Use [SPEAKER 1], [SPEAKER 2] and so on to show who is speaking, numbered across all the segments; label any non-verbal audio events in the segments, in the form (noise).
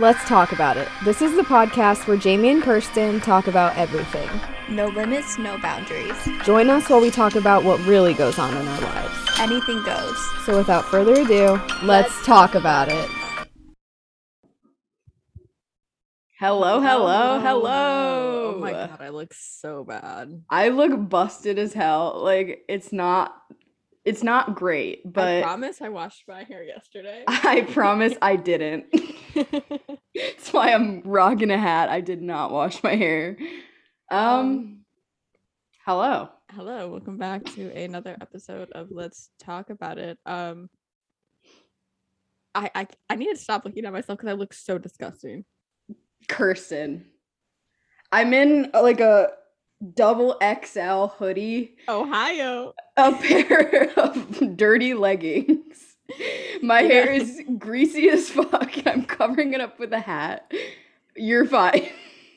[SPEAKER 1] Let's talk about it. This is the podcast where Jamie and Kirsten talk about everything.
[SPEAKER 2] No limits, no boundaries.
[SPEAKER 1] Join us while we talk about what really goes on in our lives.
[SPEAKER 2] Anything goes.
[SPEAKER 1] So, without further ado, let's talk about it.
[SPEAKER 3] Hello, hello, hello.
[SPEAKER 4] Oh my god, I look so bad.
[SPEAKER 3] I look busted as hell. Like it's not it's not great,
[SPEAKER 4] I
[SPEAKER 3] but
[SPEAKER 4] promise I washed my hair (laughs) yesterday.
[SPEAKER 3] (laughs) I promise I didn't. (laughs) That's why I'm rocking a hat. I did not wash my hair. Um,
[SPEAKER 4] Um,
[SPEAKER 3] hello.
[SPEAKER 4] Hello, welcome back to another episode of Let's Talk About It. Um I I, I need to stop looking at myself because I look so disgusting.
[SPEAKER 3] Kirsten. I'm in uh, like a double XL hoodie,
[SPEAKER 4] Ohio.
[SPEAKER 3] a pair of (laughs) dirty leggings. My hair is greasy as fuck. and I'm covering it up with a hat. You're fine. (laughs)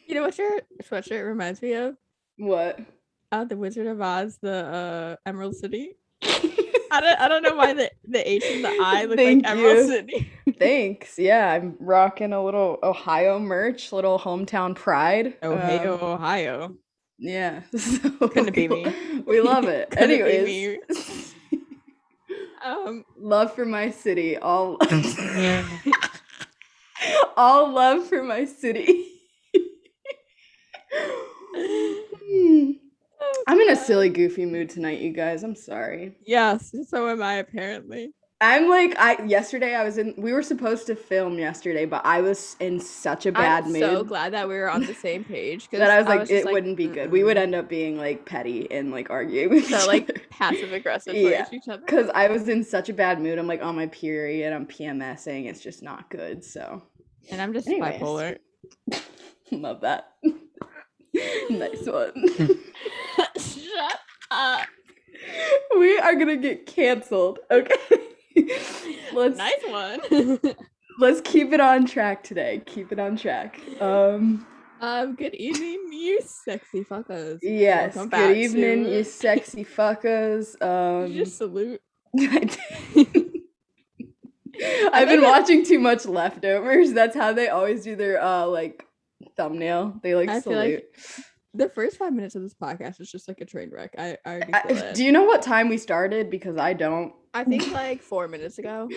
[SPEAKER 4] You know what your sweatshirt reminds me of? (laughs)
[SPEAKER 3] What?
[SPEAKER 4] Uh the Wizard of Oz, the uh Emerald City. I don't I don't know why the, the H and the I look
[SPEAKER 3] Thank
[SPEAKER 4] like Emerald
[SPEAKER 3] you.
[SPEAKER 4] City.
[SPEAKER 3] Thanks. Yeah, I'm rocking a little Ohio merch, little hometown pride. Um,
[SPEAKER 4] Ohio, Ohio.
[SPEAKER 3] yeah. (laughs) So
[SPEAKER 4] Couldn't be
[SPEAKER 3] we-
[SPEAKER 4] me.
[SPEAKER 3] We love it.
[SPEAKER 4] (laughs) Couldn't be
[SPEAKER 3] Anyways, (laughs)
[SPEAKER 4] Um
[SPEAKER 3] love for my city. All (laughs) all love for my
[SPEAKER 4] (laughs)
[SPEAKER 3] city. Hmm. I'm in a silly, goofy mood tonight, you guys. I'm sorry.
[SPEAKER 4] Yes, so am I apparently.
[SPEAKER 3] I'm like I yesterday I was in we were supposed to film yesterday, but I was in such a bad
[SPEAKER 4] I'm
[SPEAKER 3] mood.
[SPEAKER 4] so glad that we were on the same page
[SPEAKER 3] (laughs)
[SPEAKER 4] because
[SPEAKER 3] that I was like, it wouldn't be good. We would end up being like petty and like arguing with
[SPEAKER 4] so like
[SPEAKER 3] (laughs)
[SPEAKER 4] passive aggressive towards
[SPEAKER 3] Yeah.
[SPEAKER 4] each other.
[SPEAKER 3] because I was in such a bad mood. I'm like on my period. I'm PMSing. It's just not good. So
[SPEAKER 4] And I'm just
[SPEAKER 3] Anyways. (laughs)
[SPEAKER 4] bipolar.
[SPEAKER 3] love
[SPEAKER 4] (laughs)
[SPEAKER 3] that. nice one.
[SPEAKER 4] Shut up.
[SPEAKER 3] we are gonna get canceled. Okay.
[SPEAKER 4] (laughs)
[SPEAKER 3] let's
[SPEAKER 4] Nice one.
[SPEAKER 3] (laughs) let's keep it on track today. Keep it on track. Um.
[SPEAKER 4] um, good evening, you sexy fuckers.
[SPEAKER 3] Yes.
[SPEAKER 4] Welcome back
[SPEAKER 3] Good evening,
[SPEAKER 4] to- (laughs)
[SPEAKER 3] you sexy fuckers. Um.
[SPEAKER 4] Did you just salute.
[SPEAKER 3] (laughs)
[SPEAKER 4] (laughs)
[SPEAKER 3] I did. I've been
[SPEAKER 4] think that-
[SPEAKER 3] watching too much leftovers. That's how they always do their uh like thumbnail. They like
[SPEAKER 4] I feel
[SPEAKER 3] salute.
[SPEAKER 4] like the first five minutes of this podcast is just like a train wreck. I, I already
[SPEAKER 3] I- (laughs)
[SPEAKER 4] feel it.
[SPEAKER 3] do you know what time we started? Because I don't.
[SPEAKER 4] I think like four
[SPEAKER 3] (laughs)
[SPEAKER 4] minutes ago.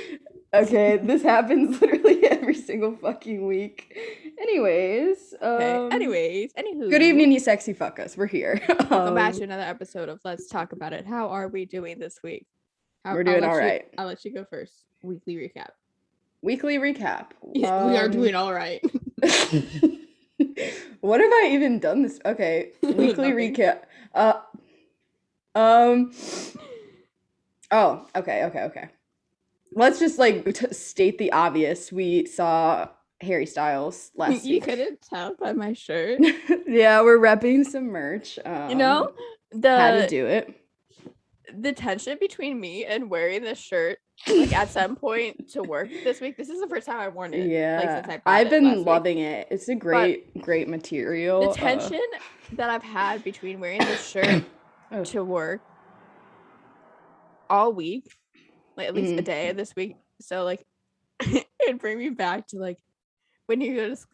[SPEAKER 3] Okay, this happens (laughs) literally every single fucking week. Anyways,
[SPEAKER 4] Okay.
[SPEAKER 3] um,
[SPEAKER 4] Anyways, anywho.
[SPEAKER 3] Good evening, you sexy fuck us. We're
[SPEAKER 4] (laughs)
[SPEAKER 3] here.
[SPEAKER 4] Welcome back
[SPEAKER 3] Um,
[SPEAKER 4] to another episode of Let's Talk About It. How are we doing this week? How,
[SPEAKER 3] We're doing
[SPEAKER 4] I'll let
[SPEAKER 3] all
[SPEAKER 4] you-
[SPEAKER 3] right.
[SPEAKER 4] I'll let you go first. Weekly recap. (laughs)
[SPEAKER 3] Weekly recap.
[SPEAKER 4] we are
[SPEAKER 3] Um, (laughs)
[SPEAKER 4] doing all right. (laughs)
[SPEAKER 3] what have I even done this? Okay, weekly
[SPEAKER 4] (laughs) Nothing.
[SPEAKER 3] recap. Uh, um. Oh, okay, okay, okay. Let's just like t- state the obvious. We saw Harry Styles last
[SPEAKER 4] you
[SPEAKER 3] week.
[SPEAKER 4] couldn't tell by my shirt.
[SPEAKER 3] (laughs) yeah, we're repping some merch. Um,
[SPEAKER 4] You know
[SPEAKER 3] (laughs) how to
[SPEAKER 4] the
[SPEAKER 3] do it?
[SPEAKER 4] the tension between me and wearing this shirt like at some point to work this week. This is the first time I've worn it. like,
[SPEAKER 3] Yeah,
[SPEAKER 4] since I bought
[SPEAKER 3] I've
[SPEAKER 4] it
[SPEAKER 3] been
[SPEAKER 4] last week.
[SPEAKER 3] loving it. It's a great, great material.
[SPEAKER 4] the
[SPEAKER 3] uh,
[SPEAKER 4] tension that I've had between wearing this
[SPEAKER 3] (coughs)
[SPEAKER 4] shirt
[SPEAKER 3] Oh.
[SPEAKER 4] to work all week, like at
[SPEAKER 3] Mm-hmm.
[SPEAKER 4] least a day this week. So like (laughs) it'd bring me back to like when you go to sc-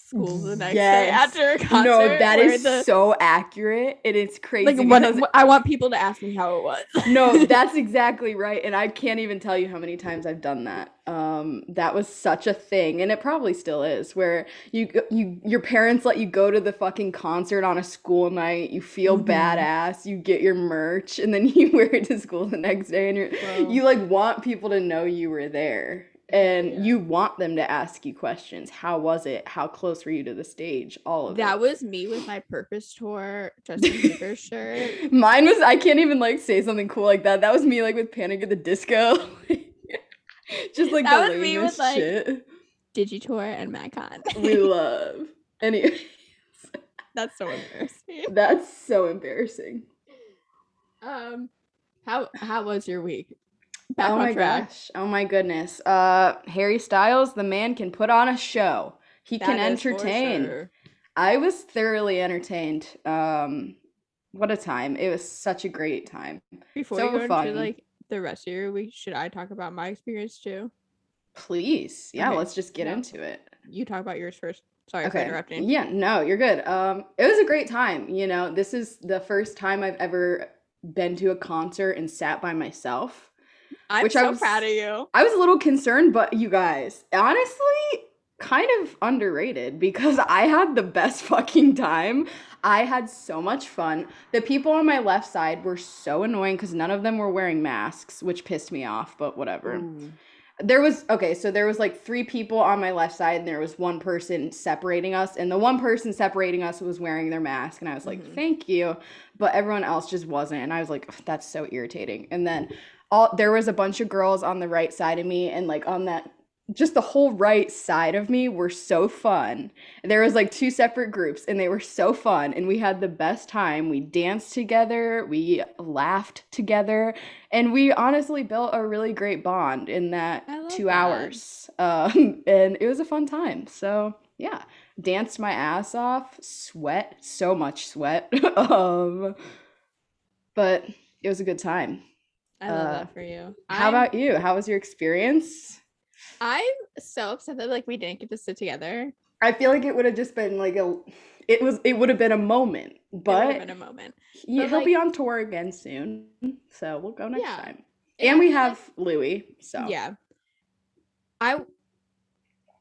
[SPEAKER 4] school the next day
[SPEAKER 3] Yes.
[SPEAKER 4] after a concert.
[SPEAKER 3] no, that
[SPEAKER 4] where
[SPEAKER 3] is
[SPEAKER 4] the-
[SPEAKER 3] so accurate, and it's crazy.
[SPEAKER 4] like what,
[SPEAKER 3] because
[SPEAKER 4] what- I want people to ask me how it was.
[SPEAKER 3] (laughs)
[SPEAKER 4] (laughs)
[SPEAKER 3] no that's exactly right and i can't even tell you how many times i've done that um that was such a thing and it probably still is where you go- you your parents let you go to the fucking concert on a school night you feel
[SPEAKER 4] Mhm.
[SPEAKER 3] badass you get your merch and then (laughs) you wear it to school the next day and you're
[SPEAKER 4] Bro.
[SPEAKER 3] you like want people to know you were there and
[SPEAKER 4] Yeah.
[SPEAKER 3] you want them to ask you questions how was it how close were you to the stage all of
[SPEAKER 4] That
[SPEAKER 3] it.
[SPEAKER 4] was me with my purpose tour
[SPEAKER 3] (laughs)
[SPEAKER 4] Justin Bieber shirt.
[SPEAKER 3] Mine was I can't even like say something cool like that. That was me like with Panic at the Disco. (laughs) Just like
[SPEAKER 4] That
[SPEAKER 3] the
[SPEAKER 4] was me
[SPEAKER 3] lamest
[SPEAKER 4] with, like-
[SPEAKER 3] shit
[SPEAKER 4] (laughs) Digitour and MacCon.
[SPEAKER 3] we love. Anyway,
[SPEAKER 4] (laughs) That's so embarrassing.
[SPEAKER 3] that's so embarrassing.
[SPEAKER 4] Um, how how was your week?
[SPEAKER 3] oh my gosh. Oh my goodness. Uh Harry Styles, the man can put on a show. He can
[SPEAKER 4] That is for
[SPEAKER 3] entertain.
[SPEAKER 4] sure.
[SPEAKER 3] I was thoroughly entertained. Um what a time. It was such a great time.
[SPEAKER 4] Before
[SPEAKER 3] So
[SPEAKER 4] we go
[SPEAKER 3] fun.
[SPEAKER 4] into like the rest of your week, should I talk about my experience too?
[SPEAKER 3] Please. Yeah,
[SPEAKER 4] Okay.
[SPEAKER 3] let's just get
[SPEAKER 4] Yeah.
[SPEAKER 3] into it.
[SPEAKER 4] you talk about yours first. Sorry for interrupting.
[SPEAKER 3] Yeah, no, you're good. Um, it was a great time. You know, this is the first time I've ever been to a concert and sat by myself.
[SPEAKER 4] I'm
[SPEAKER 3] which I
[SPEAKER 4] so
[SPEAKER 3] was-
[SPEAKER 4] proud of you.
[SPEAKER 3] I was a little concerned, but you guys, honestly, kind of underrated because I had the best (laughs) fucking time. I had so much fun. The people on my left side were so annoying because none of them were wearing masks, which pissed me off, but whatever. There was okay, so there was like three people on my left side, and there was one person separating us, and the one person separating us was wearing their mask, and I was like,
[SPEAKER 4] Mhm.
[SPEAKER 3] "Thank you," but everyone else just wasn't, and I was like, "Ugh, "That's so irritating." And then all there was a bunch of girls on the right side of me, and like on that, just the whole right side of me were so fun. There was like two separate groups, and they were so fun, and we had the best time. We danced together, we laughed together, and we honestly built a really great bond in that
[SPEAKER 4] I love
[SPEAKER 3] two
[SPEAKER 4] that.
[SPEAKER 3] hours (laughs) um, and it was a fun time so yeah danced my ass off sweat so much sweat (laughs) um, but it was a good time
[SPEAKER 4] I love
[SPEAKER 3] Uh,
[SPEAKER 4] that for you.
[SPEAKER 3] how
[SPEAKER 4] I'm-
[SPEAKER 3] about you how was your experience
[SPEAKER 4] I'm so upset that like we didn't get to sit together.
[SPEAKER 3] i feel like it would have just been like a it was it would have been a moment
[SPEAKER 4] But
[SPEAKER 3] but
[SPEAKER 4] in a moment,
[SPEAKER 3] he,
[SPEAKER 4] but,
[SPEAKER 3] he'll be
[SPEAKER 4] like-
[SPEAKER 3] on tour again soon so we'll go next
[SPEAKER 4] Yeah.
[SPEAKER 3] time
[SPEAKER 4] And I
[SPEAKER 3] and we
[SPEAKER 4] feel like-
[SPEAKER 3] have louis so
[SPEAKER 4] yeah. I w-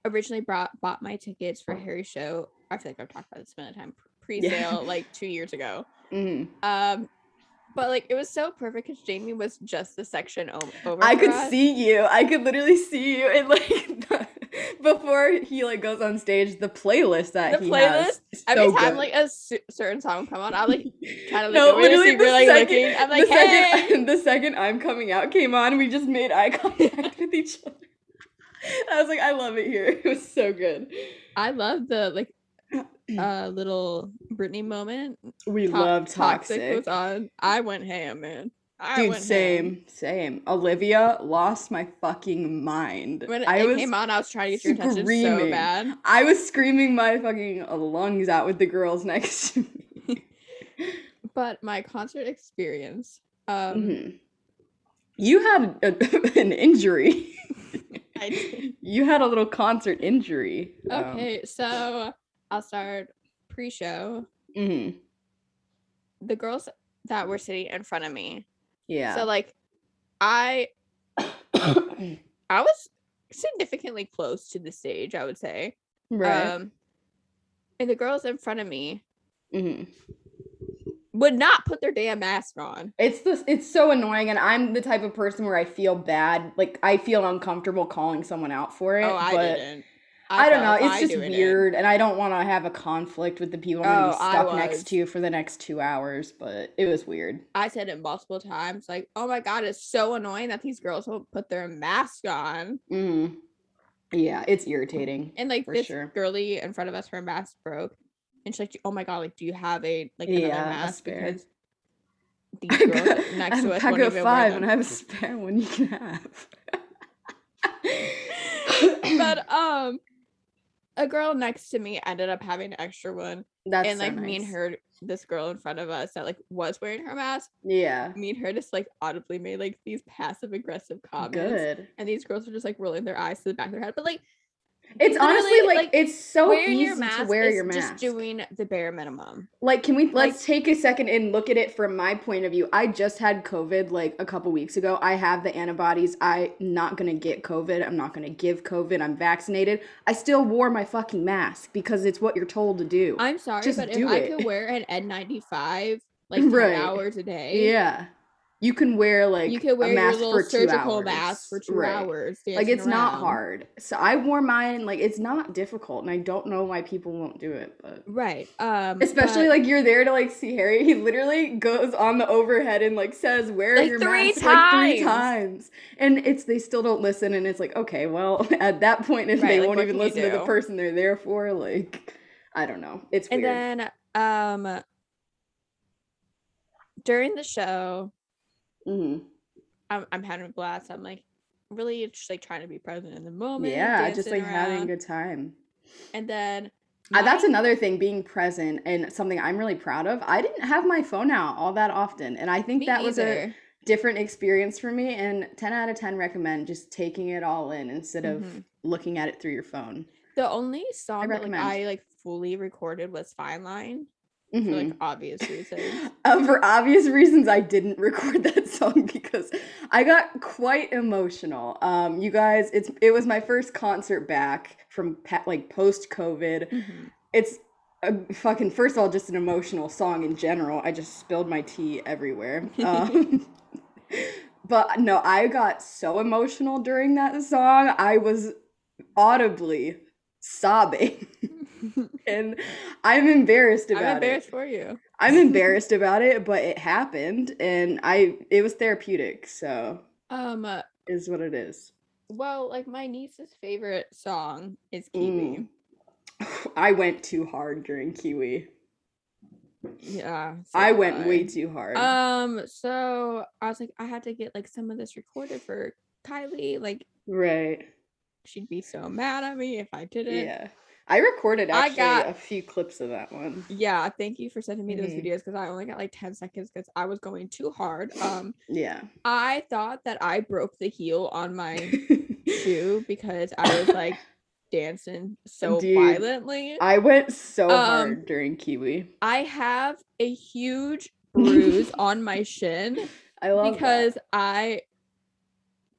[SPEAKER 4] originally brought bought my tickets for Harry's show. I feel like I've talked about this many times. Pre-sale, like two years ago.
[SPEAKER 3] mhm.
[SPEAKER 4] Um, but like it was so perfect because Jamie was just the section o- over.
[SPEAKER 3] I
[SPEAKER 4] for
[SPEAKER 3] could
[SPEAKER 4] us.
[SPEAKER 3] see you. I could literally see you. And like (laughs) before he like goes on stage, the playlist that
[SPEAKER 4] The
[SPEAKER 3] he has is
[SPEAKER 4] Every
[SPEAKER 3] so
[SPEAKER 4] time
[SPEAKER 3] good.
[SPEAKER 4] like a su- certain song would come on,
[SPEAKER 3] (laughs)
[SPEAKER 4] I like kind of like
[SPEAKER 3] no,
[SPEAKER 4] over to
[SPEAKER 3] literally
[SPEAKER 4] see if
[SPEAKER 3] the
[SPEAKER 4] you're, like
[SPEAKER 3] second,
[SPEAKER 4] looking. I'm like,
[SPEAKER 3] the
[SPEAKER 4] hey,
[SPEAKER 3] second, the second I'm coming out came on, we just made eye contact (laughs) with each other. I was like, I love it here. (laughs) It was so good.
[SPEAKER 4] I love
[SPEAKER 3] (clears throat)
[SPEAKER 4] the like uh little Britney moment.
[SPEAKER 3] We
[SPEAKER 4] To-
[SPEAKER 3] love toxic.
[SPEAKER 4] was on. I went ham, man. I
[SPEAKER 3] Dude,
[SPEAKER 4] went ham.
[SPEAKER 3] same, same. Olivia lost my fucking mind.
[SPEAKER 4] When it
[SPEAKER 3] I was
[SPEAKER 4] came on, I was trying to get your attention so
[SPEAKER 3] screaming.
[SPEAKER 4] bad.
[SPEAKER 3] I was screaming my fucking lungs out with the girls (laughs) next to me.
[SPEAKER 4] But my concert experience, (laughs) um,
[SPEAKER 3] Mhm. You had a, (laughs) an injury.
[SPEAKER 4] I did.
[SPEAKER 3] you had a little concert injury. um,
[SPEAKER 4] Okay, so I'll start pre-show.
[SPEAKER 3] mhm,
[SPEAKER 4] The girls that were sitting in front of me.
[SPEAKER 3] Yeah.
[SPEAKER 4] So (coughs) like, I I was significantly close to the stage. I would say.
[SPEAKER 3] (coughs) right.
[SPEAKER 4] Um, and the girls in front of me
[SPEAKER 3] mhm.
[SPEAKER 4] would not put their damn mask on.
[SPEAKER 3] It's this. It's so annoying, and I'm the type of person where I feel bad. Like I feel uncomfortable calling someone out for it.
[SPEAKER 4] Oh, I
[SPEAKER 3] but
[SPEAKER 4] didn't.
[SPEAKER 3] I, don't know.
[SPEAKER 4] felt
[SPEAKER 3] It's
[SPEAKER 4] I
[SPEAKER 3] just
[SPEAKER 4] doing it.
[SPEAKER 3] weird, and I don't want to have a conflict with the people I'm gonna be
[SPEAKER 4] Oh, I
[SPEAKER 3] stuck
[SPEAKER 4] was.
[SPEAKER 3] next to for the next two hours. But it was weird.
[SPEAKER 4] I said it multiple times, like, "Oh my god, it's so annoying that these girls won't put their mask on."
[SPEAKER 3] hmm Yeah, it's irritating. (laughs)
[SPEAKER 4] And like
[SPEAKER 3] For
[SPEAKER 4] this
[SPEAKER 3] sure.
[SPEAKER 4] girly in front of us, her mask broke, and she's like, "Oh my god, like, do you have a like another
[SPEAKER 3] Yeah, a
[SPEAKER 4] mask?"
[SPEAKER 3] spare. (laughs)
[SPEAKER 4] Because these girls that- next to us
[SPEAKER 3] I
[SPEAKER 4] won't
[SPEAKER 3] got
[SPEAKER 4] even
[SPEAKER 3] five,
[SPEAKER 4] wear
[SPEAKER 3] and I
[SPEAKER 4] them.
[SPEAKER 3] have a spare one you can have.
[SPEAKER 4] (laughs) but um, a girl next to me ended up having an extra one,
[SPEAKER 3] (laughs) That's
[SPEAKER 4] and
[SPEAKER 3] so
[SPEAKER 4] like me and
[SPEAKER 3] nice.
[SPEAKER 4] her, this girl in front of us that like was wearing her mask,
[SPEAKER 3] Yeah,
[SPEAKER 4] me and her just like audibly made like these passive aggressive comments.
[SPEAKER 3] good.
[SPEAKER 4] And these girls were just like rolling their eyes to the back of their head, but like
[SPEAKER 3] It's honestly
[SPEAKER 4] literally,
[SPEAKER 3] like,
[SPEAKER 4] like,
[SPEAKER 3] it's so
[SPEAKER 4] wearing
[SPEAKER 3] easy
[SPEAKER 4] your mask
[SPEAKER 3] to wear
[SPEAKER 4] is
[SPEAKER 3] your mask.
[SPEAKER 4] just doing the bare minimum.
[SPEAKER 3] like, can we let's take a second and look at it from my point of view? I just had COVID like a couple weeks ago. I have the antibodies. I'm not gonna get COVID. I'm not gonna give COVID. I'm vaccinated. I still wore my fucking mask because it's what you're told to do.
[SPEAKER 4] I'm sorry,
[SPEAKER 3] Just
[SPEAKER 4] but if
[SPEAKER 3] do
[SPEAKER 4] I
[SPEAKER 3] it.
[SPEAKER 4] could wear an
[SPEAKER 3] (laughs)
[SPEAKER 4] N95 like 10
[SPEAKER 3] Right.
[SPEAKER 4] hours a day,
[SPEAKER 3] yeah, you can wear like
[SPEAKER 4] you could wear
[SPEAKER 3] a
[SPEAKER 4] your
[SPEAKER 3] mask
[SPEAKER 4] little
[SPEAKER 3] for two
[SPEAKER 4] surgical
[SPEAKER 3] hours.
[SPEAKER 4] mask for two
[SPEAKER 3] Right.
[SPEAKER 4] hours.
[SPEAKER 3] like
[SPEAKER 4] dancing
[SPEAKER 3] it's not
[SPEAKER 4] around.
[SPEAKER 3] hard so i wore mine like it's not difficult and i don't know why people won't do it but
[SPEAKER 4] right? Um,
[SPEAKER 3] especially
[SPEAKER 4] but,
[SPEAKER 3] like you're there to like see harry he literally goes on the overhead and like says where is
[SPEAKER 4] Like,
[SPEAKER 3] your
[SPEAKER 4] three
[SPEAKER 3] mask like three
[SPEAKER 4] times.
[SPEAKER 3] times and it's they still don't listen and it's like okay well (laughs) at that point if they
[SPEAKER 4] Right, like,
[SPEAKER 3] won't
[SPEAKER 4] what
[SPEAKER 3] even
[SPEAKER 4] can you
[SPEAKER 3] listen to the
[SPEAKER 4] do?
[SPEAKER 3] person they're there for like i don't know it's
[SPEAKER 4] and
[SPEAKER 3] weird
[SPEAKER 4] then um, during the show,
[SPEAKER 3] Mhm.
[SPEAKER 4] I'm, I'm having a blast. I'm like really just like trying to be present in the moment.
[SPEAKER 3] yeah just like
[SPEAKER 4] dancing
[SPEAKER 3] having a
[SPEAKER 4] around.
[SPEAKER 3] good time
[SPEAKER 4] And then
[SPEAKER 3] Uh, that's
[SPEAKER 4] my-
[SPEAKER 3] another thing, being present and something I'm really proud of. I didn't have my phone out all that often, and I think
[SPEAKER 4] me
[SPEAKER 3] that was a
[SPEAKER 4] either.
[SPEAKER 3] different experience for me. And 10 out of 10 recommend just taking it all in instead of
[SPEAKER 4] Mhm.
[SPEAKER 3] looking at it through your phone.
[SPEAKER 4] the only song that like,
[SPEAKER 3] recommend.
[SPEAKER 4] I like fully recorded was Fine Line for
[SPEAKER 3] Mhm.
[SPEAKER 4] like obvious
[SPEAKER 3] (laughs)
[SPEAKER 4] reasons.
[SPEAKER 3] Uh, for obvious reasons, I didn't (laughs) record that song because I got quite emotional. Um, you guys, it's it was my first concert back from pa- like post COVID.
[SPEAKER 4] Mhm.
[SPEAKER 3] It's a fucking first of all just an emotional song in general. I just spilled my tea
[SPEAKER 4] (laughs)
[SPEAKER 3] everywhere. Um, but no, I got so emotional during that song. I was audibly sobbing, (laughs) and I'm embarrassed about
[SPEAKER 4] I'm
[SPEAKER 3] it.
[SPEAKER 4] embarrassed for you. (laughs)
[SPEAKER 3] I'm embarrassed about it, but it happened and I it was therapeutic, so
[SPEAKER 4] Um, uh,
[SPEAKER 3] is what it is.
[SPEAKER 4] well, like my niece's favorite song is Kiwi.
[SPEAKER 3] Mm. (sighs) I went too hard during Kiwi.
[SPEAKER 4] Yeah, so
[SPEAKER 3] I
[SPEAKER 4] did
[SPEAKER 3] went
[SPEAKER 4] I.
[SPEAKER 3] way too hard.
[SPEAKER 4] Um, so I was like, I had to get like some of this recorded for Kylie. Like,
[SPEAKER 3] right.
[SPEAKER 4] she'd be so mad at me if I didn't.
[SPEAKER 3] Yeah. I recorded
[SPEAKER 4] I
[SPEAKER 3] actually
[SPEAKER 4] got-
[SPEAKER 3] a few clips of that one.
[SPEAKER 4] Yeah, Thank you for sending me those
[SPEAKER 3] Mhm.
[SPEAKER 4] videos because I only got like ten seconds because I was going too hard. Um,
[SPEAKER 3] Yeah.
[SPEAKER 4] I thought that I broke the heel
[SPEAKER 3] (laughs)
[SPEAKER 4] on my shoe because I was like dancing so
[SPEAKER 3] Dude,
[SPEAKER 4] violently.
[SPEAKER 3] I went so
[SPEAKER 4] Um,
[SPEAKER 3] hard during Kiwi.
[SPEAKER 4] I have a huge bruise on my shin
[SPEAKER 3] I love
[SPEAKER 4] because I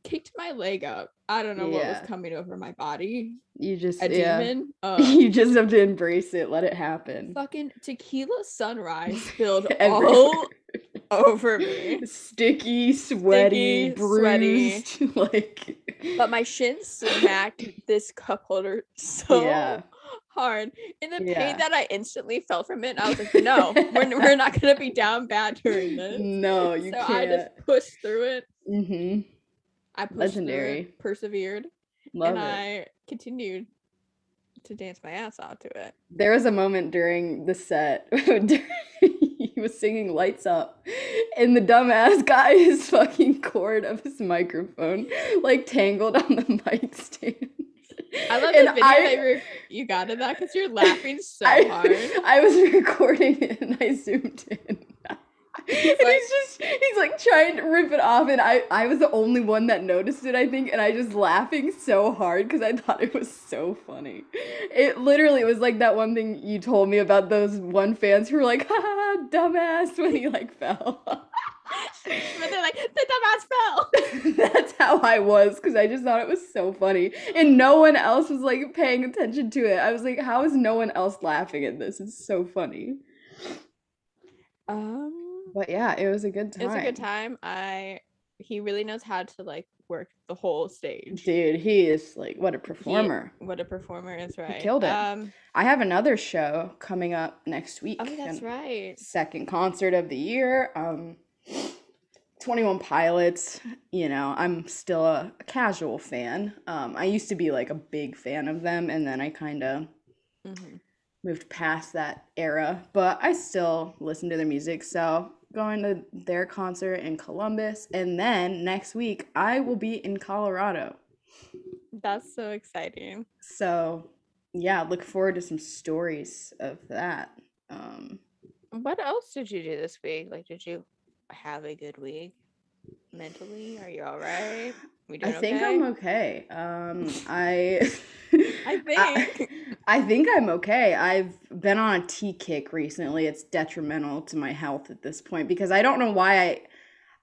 [SPEAKER 4] kicked my leg up. I don't know what
[SPEAKER 3] Yeah.
[SPEAKER 4] was coming over my body.
[SPEAKER 3] that. you just
[SPEAKER 4] A
[SPEAKER 3] yeah. (laughs)
[SPEAKER 4] demon. Um,
[SPEAKER 3] you just have to embrace it, let it happen.
[SPEAKER 4] fucking
[SPEAKER 3] (laughs)
[SPEAKER 4] tequila sunrise spilled
[SPEAKER 3] Everywhere.
[SPEAKER 4] all
[SPEAKER 3] (laughs)
[SPEAKER 4] over me.
[SPEAKER 3] Sticky, sweaty,
[SPEAKER 4] Sticky, sweaty.
[SPEAKER 3] bruised, (laughs) like
[SPEAKER 4] But my shin smacked this cup holder so
[SPEAKER 3] Yeah.
[SPEAKER 4] hard. And the
[SPEAKER 3] Yeah.
[SPEAKER 4] pain that I instantly felt from it, I was like, no, we're, we're not going to be down bad (laughs) during this.
[SPEAKER 3] (laughs) No, you
[SPEAKER 4] so I
[SPEAKER 3] can't.
[SPEAKER 4] just pushed through it.
[SPEAKER 3] hmm
[SPEAKER 4] I pushed
[SPEAKER 3] Legendary.
[SPEAKER 4] through it, persevered,
[SPEAKER 3] Love
[SPEAKER 4] and
[SPEAKER 3] it.
[SPEAKER 4] I continued to dance my ass off to it.
[SPEAKER 3] There was a moment during the set (laughs) during- he was singing "Lights Up," and the dumbass got his fucking cord of his microphone like tangled on the (laughs) mic stand.
[SPEAKER 4] I love
[SPEAKER 3] And
[SPEAKER 4] the video
[SPEAKER 3] I-
[SPEAKER 4] that you, were- you got in that because you're laughing
[SPEAKER 3] (laughs)
[SPEAKER 4] so
[SPEAKER 3] I,
[SPEAKER 4] hard.
[SPEAKER 3] (laughs) I was recording it and I zoomed in. and
[SPEAKER 4] like-
[SPEAKER 3] he's just he's like trying to rip it off and I I was the only one that noticed it I think and I just laughing so hard cuz I thought it was so funny. It literally was like that one thing you told me about those one fans who were like ha ha, ha, dumbass (laughs) when he like fell. (laughs)
[SPEAKER 4] But they're like, the dumbass fell.
[SPEAKER 3] That's how I was cuz I just thought it was so funny and no one else was like paying attention to it. I was like how is no one else laughing at this? It's so funny.
[SPEAKER 4] Um,
[SPEAKER 3] But yeah, it was a good time.
[SPEAKER 4] It was a good time. I he really knows how to like work the whole stage.
[SPEAKER 3] Dude, he is like what a performer.
[SPEAKER 4] What a performer is right.
[SPEAKER 3] killed it.
[SPEAKER 4] Um,
[SPEAKER 3] I have another show coming up next week.
[SPEAKER 4] oh, that's
[SPEAKER 3] and
[SPEAKER 4] right.
[SPEAKER 3] Second concert of the year. Um 21 Pilots, you know, I'm still a casual fan. Um I used to be like a big fan of them and then I kind of
[SPEAKER 4] Mhm.
[SPEAKER 3] moved past that era, but I still listen to their music. So going to their concert in Columbus and then next week I will be in Colorado.
[SPEAKER 4] That's so exciting.
[SPEAKER 3] So, yeah, look forward to some stories of that. Um,
[SPEAKER 4] What else did you do this week? Like, did you have a good week mentally? Are you all right? We
[SPEAKER 3] I
[SPEAKER 4] doing
[SPEAKER 3] think
[SPEAKER 4] okay?
[SPEAKER 3] I'm okay. Um, I, (laughs)
[SPEAKER 4] think.
[SPEAKER 3] I think I'm okay. I've been on a tea kick recently. It's detrimental to my health at this point because I don't know why I.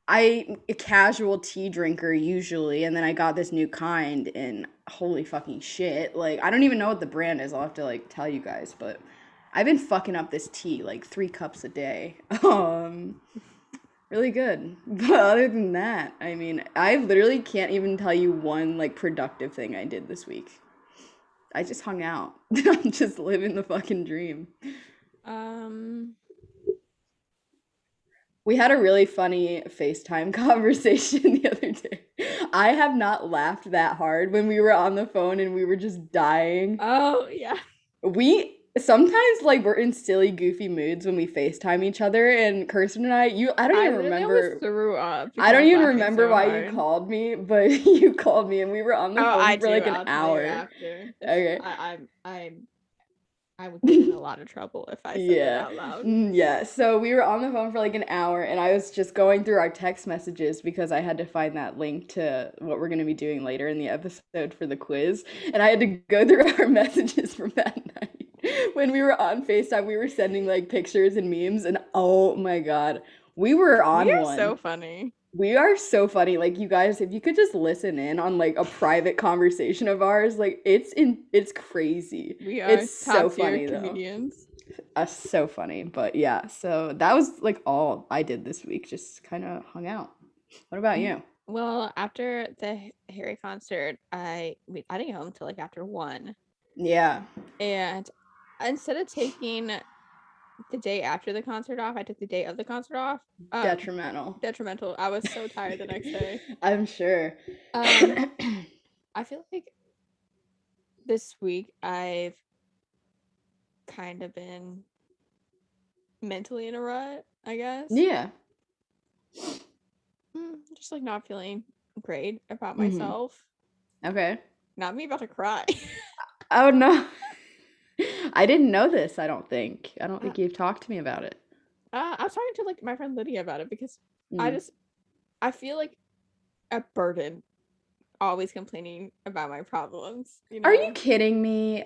[SPEAKER 3] I'm a casual tea drinker usually, and then I got this new kind, and holy fucking shit. Like, I don't even know what the brand is. I'll have to, like, tell you guys, but I've been fucking up this tea like three cups a day. (laughs) Um, really good. (laughs) But other than that, I mean, I literally can't even tell you one like productive thing I did this week. I just hung out. (laughs) I'm just living the fucking dream.
[SPEAKER 4] Um,
[SPEAKER 3] We had a really funny FaceTime (laughs) conversation the other day. I have not laughed that hard when we were on the phone and we were just dying.
[SPEAKER 4] oh yeah.
[SPEAKER 3] We sometimes like we're in silly, goofy moods when we FaceTime each other. And Kirsten and I, you, I don't even
[SPEAKER 4] literally
[SPEAKER 3] remember.
[SPEAKER 4] almost threw up.
[SPEAKER 3] I
[SPEAKER 4] because
[SPEAKER 3] don't
[SPEAKER 4] was
[SPEAKER 3] even
[SPEAKER 4] laughing
[SPEAKER 3] remember
[SPEAKER 4] so
[SPEAKER 3] why you
[SPEAKER 4] hard.
[SPEAKER 3] called me, (laughs) but you called me and we were on the
[SPEAKER 4] Oh,
[SPEAKER 3] phone
[SPEAKER 4] I
[SPEAKER 3] for
[SPEAKER 4] do.
[SPEAKER 3] like an
[SPEAKER 4] I'll tell you
[SPEAKER 3] hour.
[SPEAKER 4] After. It's-
[SPEAKER 3] Okay.
[SPEAKER 4] I, I'm I'm I would get in a lot of trouble if I said
[SPEAKER 3] Yeah.
[SPEAKER 4] it out loud.
[SPEAKER 3] Mm, Yeah, so we were on the phone for like an hour, and I was just going through our text messages because I had to find that link to what we're going to be doing later in the episode for the quiz. And I had to go (laughs) through our messages from that night. When we were on FaceTime, we were sending like pictures and memes, and oh my God, we were on
[SPEAKER 4] We are
[SPEAKER 3] one.
[SPEAKER 4] so funny.
[SPEAKER 3] We are so funny. Like you guys, if you could just listen in on like a private conversation of ours, like it's in it's crazy.
[SPEAKER 4] We are
[SPEAKER 3] It's so
[SPEAKER 4] top
[SPEAKER 3] funny,
[SPEAKER 4] tier
[SPEAKER 3] though.
[SPEAKER 4] comedians.
[SPEAKER 3] Uh, so funny. But yeah, so that was like all I did this week. Just kind of hung out. What about you?
[SPEAKER 4] Well, after the H- Harry concert, I we, I didn't get home till like after one,
[SPEAKER 3] Yeah.
[SPEAKER 4] and instead of taking the day after the concert off, I took the day of the concert off. Um,
[SPEAKER 3] Detrimental.
[SPEAKER 4] detrimental. I was so tired the next day.
[SPEAKER 3] (laughs) I'm sure.
[SPEAKER 4] Um, I feel like this week I've kind of been mentally in a rut, I guess.
[SPEAKER 3] (coughs) yeah.
[SPEAKER 4] Mm, Just like not feeling great about
[SPEAKER 3] Mhm.
[SPEAKER 4] myself.
[SPEAKER 3] Okay.
[SPEAKER 4] Not me about to cry. (laughs)
[SPEAKER 3] Oh no. (laughs) I didn't know this, I don't think. I don't think you've talked to me about it.
[SPEAKER 4] Uh, I was talking to like my friend Lydia about it because I
[SPEAKER 3] Mm.
[SPEAKER 4] just I feel like a burden always complaining about my problems. You know?
[SPEAKER 3] Are you kidding me?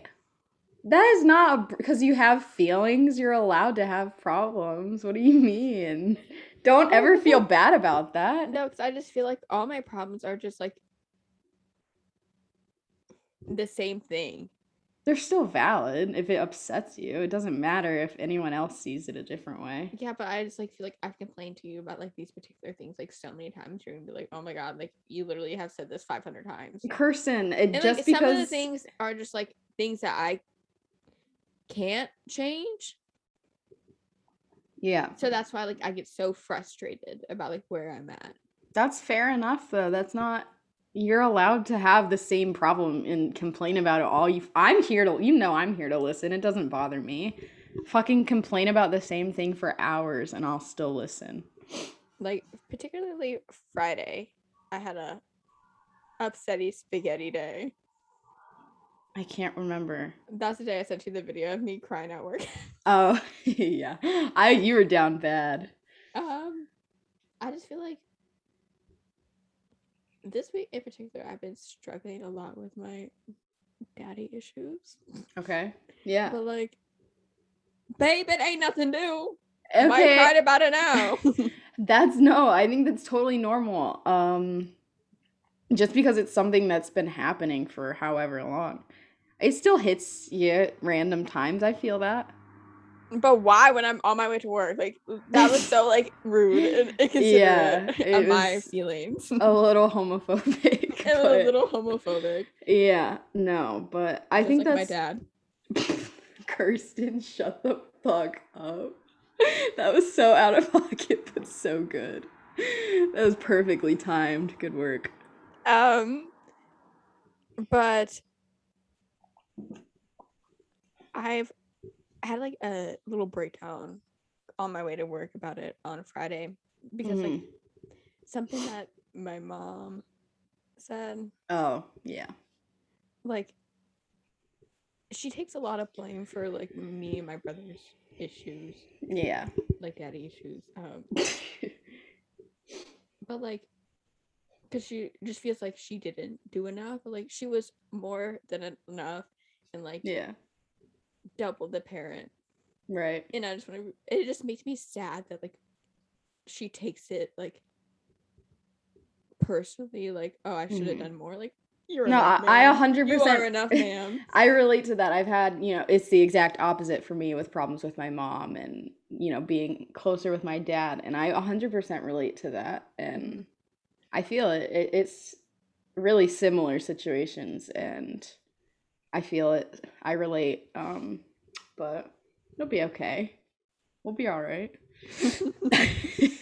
[SPEAKER 3] That is not because you have feelings. You're allowed to have problems. What do you mean? Don't ever
[SPEAKER 4] (laughs)
[SPEAKER 3] feel bad about that.
[SPEAKER 4] No, because I just feel like all my problems are just like the same thing.
[SPEAKER 3] They're still valid if it upsets you. It doesn't matter if anyone else sees it a different way.
[SPEAKER 4] Yeah, but I just like feel like I've complained to you about like these particular things like so many times. You're gonna be like, oh my god, like you literally have said this 500 times.
[SPEAKER 3] Kirsten, it
[SPEAKER 4] And
[SPEAKER 3] just
[SPEAKER 4] like
[SPEAKER 3] because
[SPEAKER 4] some of the things are just like things that I can't change.
[SPEAKER 3] Yeah.
[SPEAKER 4] So that's why like I get so frustrated about like where I'm at.
[SPEAKER 3] That's fair enough though. That's not you're allowed to have the same problem and complain about it all you I'm here to you know I'm here to listen. It doesn't bother me. Fucking complain about the same thing for hours and I'll still listen.
[SPEAKER 4] Like particularly Friday, I had a upsetty spaghetti day.
[SPEAKER 3] I can't remember.
[SPEAKER 4] That's the day I sent you the video of me crying at work.
[SPEAKER 3] Oh, (laughs) yeah. I you were down bad.
[SPEAKER 4] Um, I just feel like this week in particular, I've been struggling a lot with my daddy issues. (laughs)
[SPEAKER 3] Okay. Yeah.
[SPEAKER 4] But like, babe, it ain't nothing new. Why you
[SPEAKER 3] Okay.
[SPEAKER 4] crying about
[SPEAKER 3] (laughs)
[SPEAKER 4] it now?
[SPEAKER 3] That's no, I think that's totally normal. Um just because it's something that's been happening for however long. It still hits you at random times. I feel that.
[SPEAKER 4] but why when I'm on my way to work? Like that was so like
[SPEAKER 3] (laughs)
[SPEAKER 4] rude and (laughs) inconsiderate
[SPEAKER 3] Yeah,
[SPEAKER 4] of
[SPEAKER 3] it
[SPEAKER 4] my
[SPEAKER 3] was (laughs)
[SPEAKER 4] feelings.
[SPEAKER 3] a little homophobic.
[SPEAKER 4] It was (laughs) a
[SPEAKER 3] but-
[SPEAKER 4] little homophobic.
[SPEAKER 3] Yeah, no, but I
[SPEAKER 4] just
[SPEAKER 3] think
[SPEAKER 4] like my
[SPEAKER 3] that's
[SPEAKER 4] dad.
[SPEAKER 3] (laughs) Kirsten, shut the fuck up. (laughs) That was so out of (laughs) pocket, but so good. That was perfectly timed. Good work.
[SPEAKER 4] Um, but I've had like a little breakdown on my way to work about it on Friday because like something that my mom said,
[SPEAKER 3] Oh, yeah.
[SPEAKER 4] like she takes a lot of blame for like me and my brother's issues,
[SPEAKER 3] Yeah.
[SPEAKER 4] (laughs)
[SPEAKER 3] (laughs)
[SPEAKER 4] like daddy issues. Um, but like because she just feels like she didn't do enough like she was more than enough and like
[SPEAKER 3] yeah.
[SPEAKER 4] double the parent
[SPEAKER 3] Right.
[SPEAKER 4] and i just want to it just makes me sad that like she takes it like personally like oh i should have
[SPEAKER 3] Mhm.
[SPEAKER 4] done more like you're
[SPEAKER 3] No,
[SPEAKER 4] enough,
[SPEAKER 3] I- I
[SPEAKER 4] ma'am.
[SPEAKER 3] 100%
[SPEAKER 4] you are enough ma'am
[SPEAKER 3] (laughs) I relate to that. I've had, you know, it's the exact opposite for me with problems with my mom and, you know, being closer with my dad. And I 100% relate to that. And I feel it. it it's really similar situations. And I feel it. I relate. Um, but it'll be okay. We'll be all right.
[SPEAKER 4] (laughs)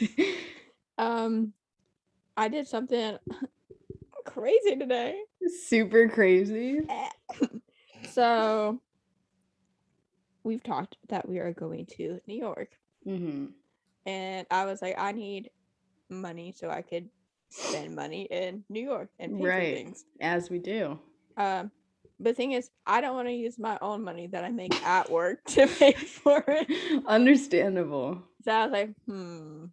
[SPEAKER 3] (laughs)
[SPEAKER 4] um i did something (laughs) crazy today
[SPEAKER 3] Super crazy.
[SPEAKER 4] (laughs) so we've talked that we are going to new york
[SPEAKER 3] Mm-hmm.
[SPEAKER 4] and I was like, I need money so I could spend money in New York and pay for
[SPEAKER 3] Right.
[SPEAKER 4] things.
[SPEAKER 3] As we do.
[SPEAKER 4] Um, The thing is, I don't want to use my own money that I make at work (laughs) to pay for it.
[SPEAKER 3] Understandable.
[SPEAKER 4] So I was like, hmm,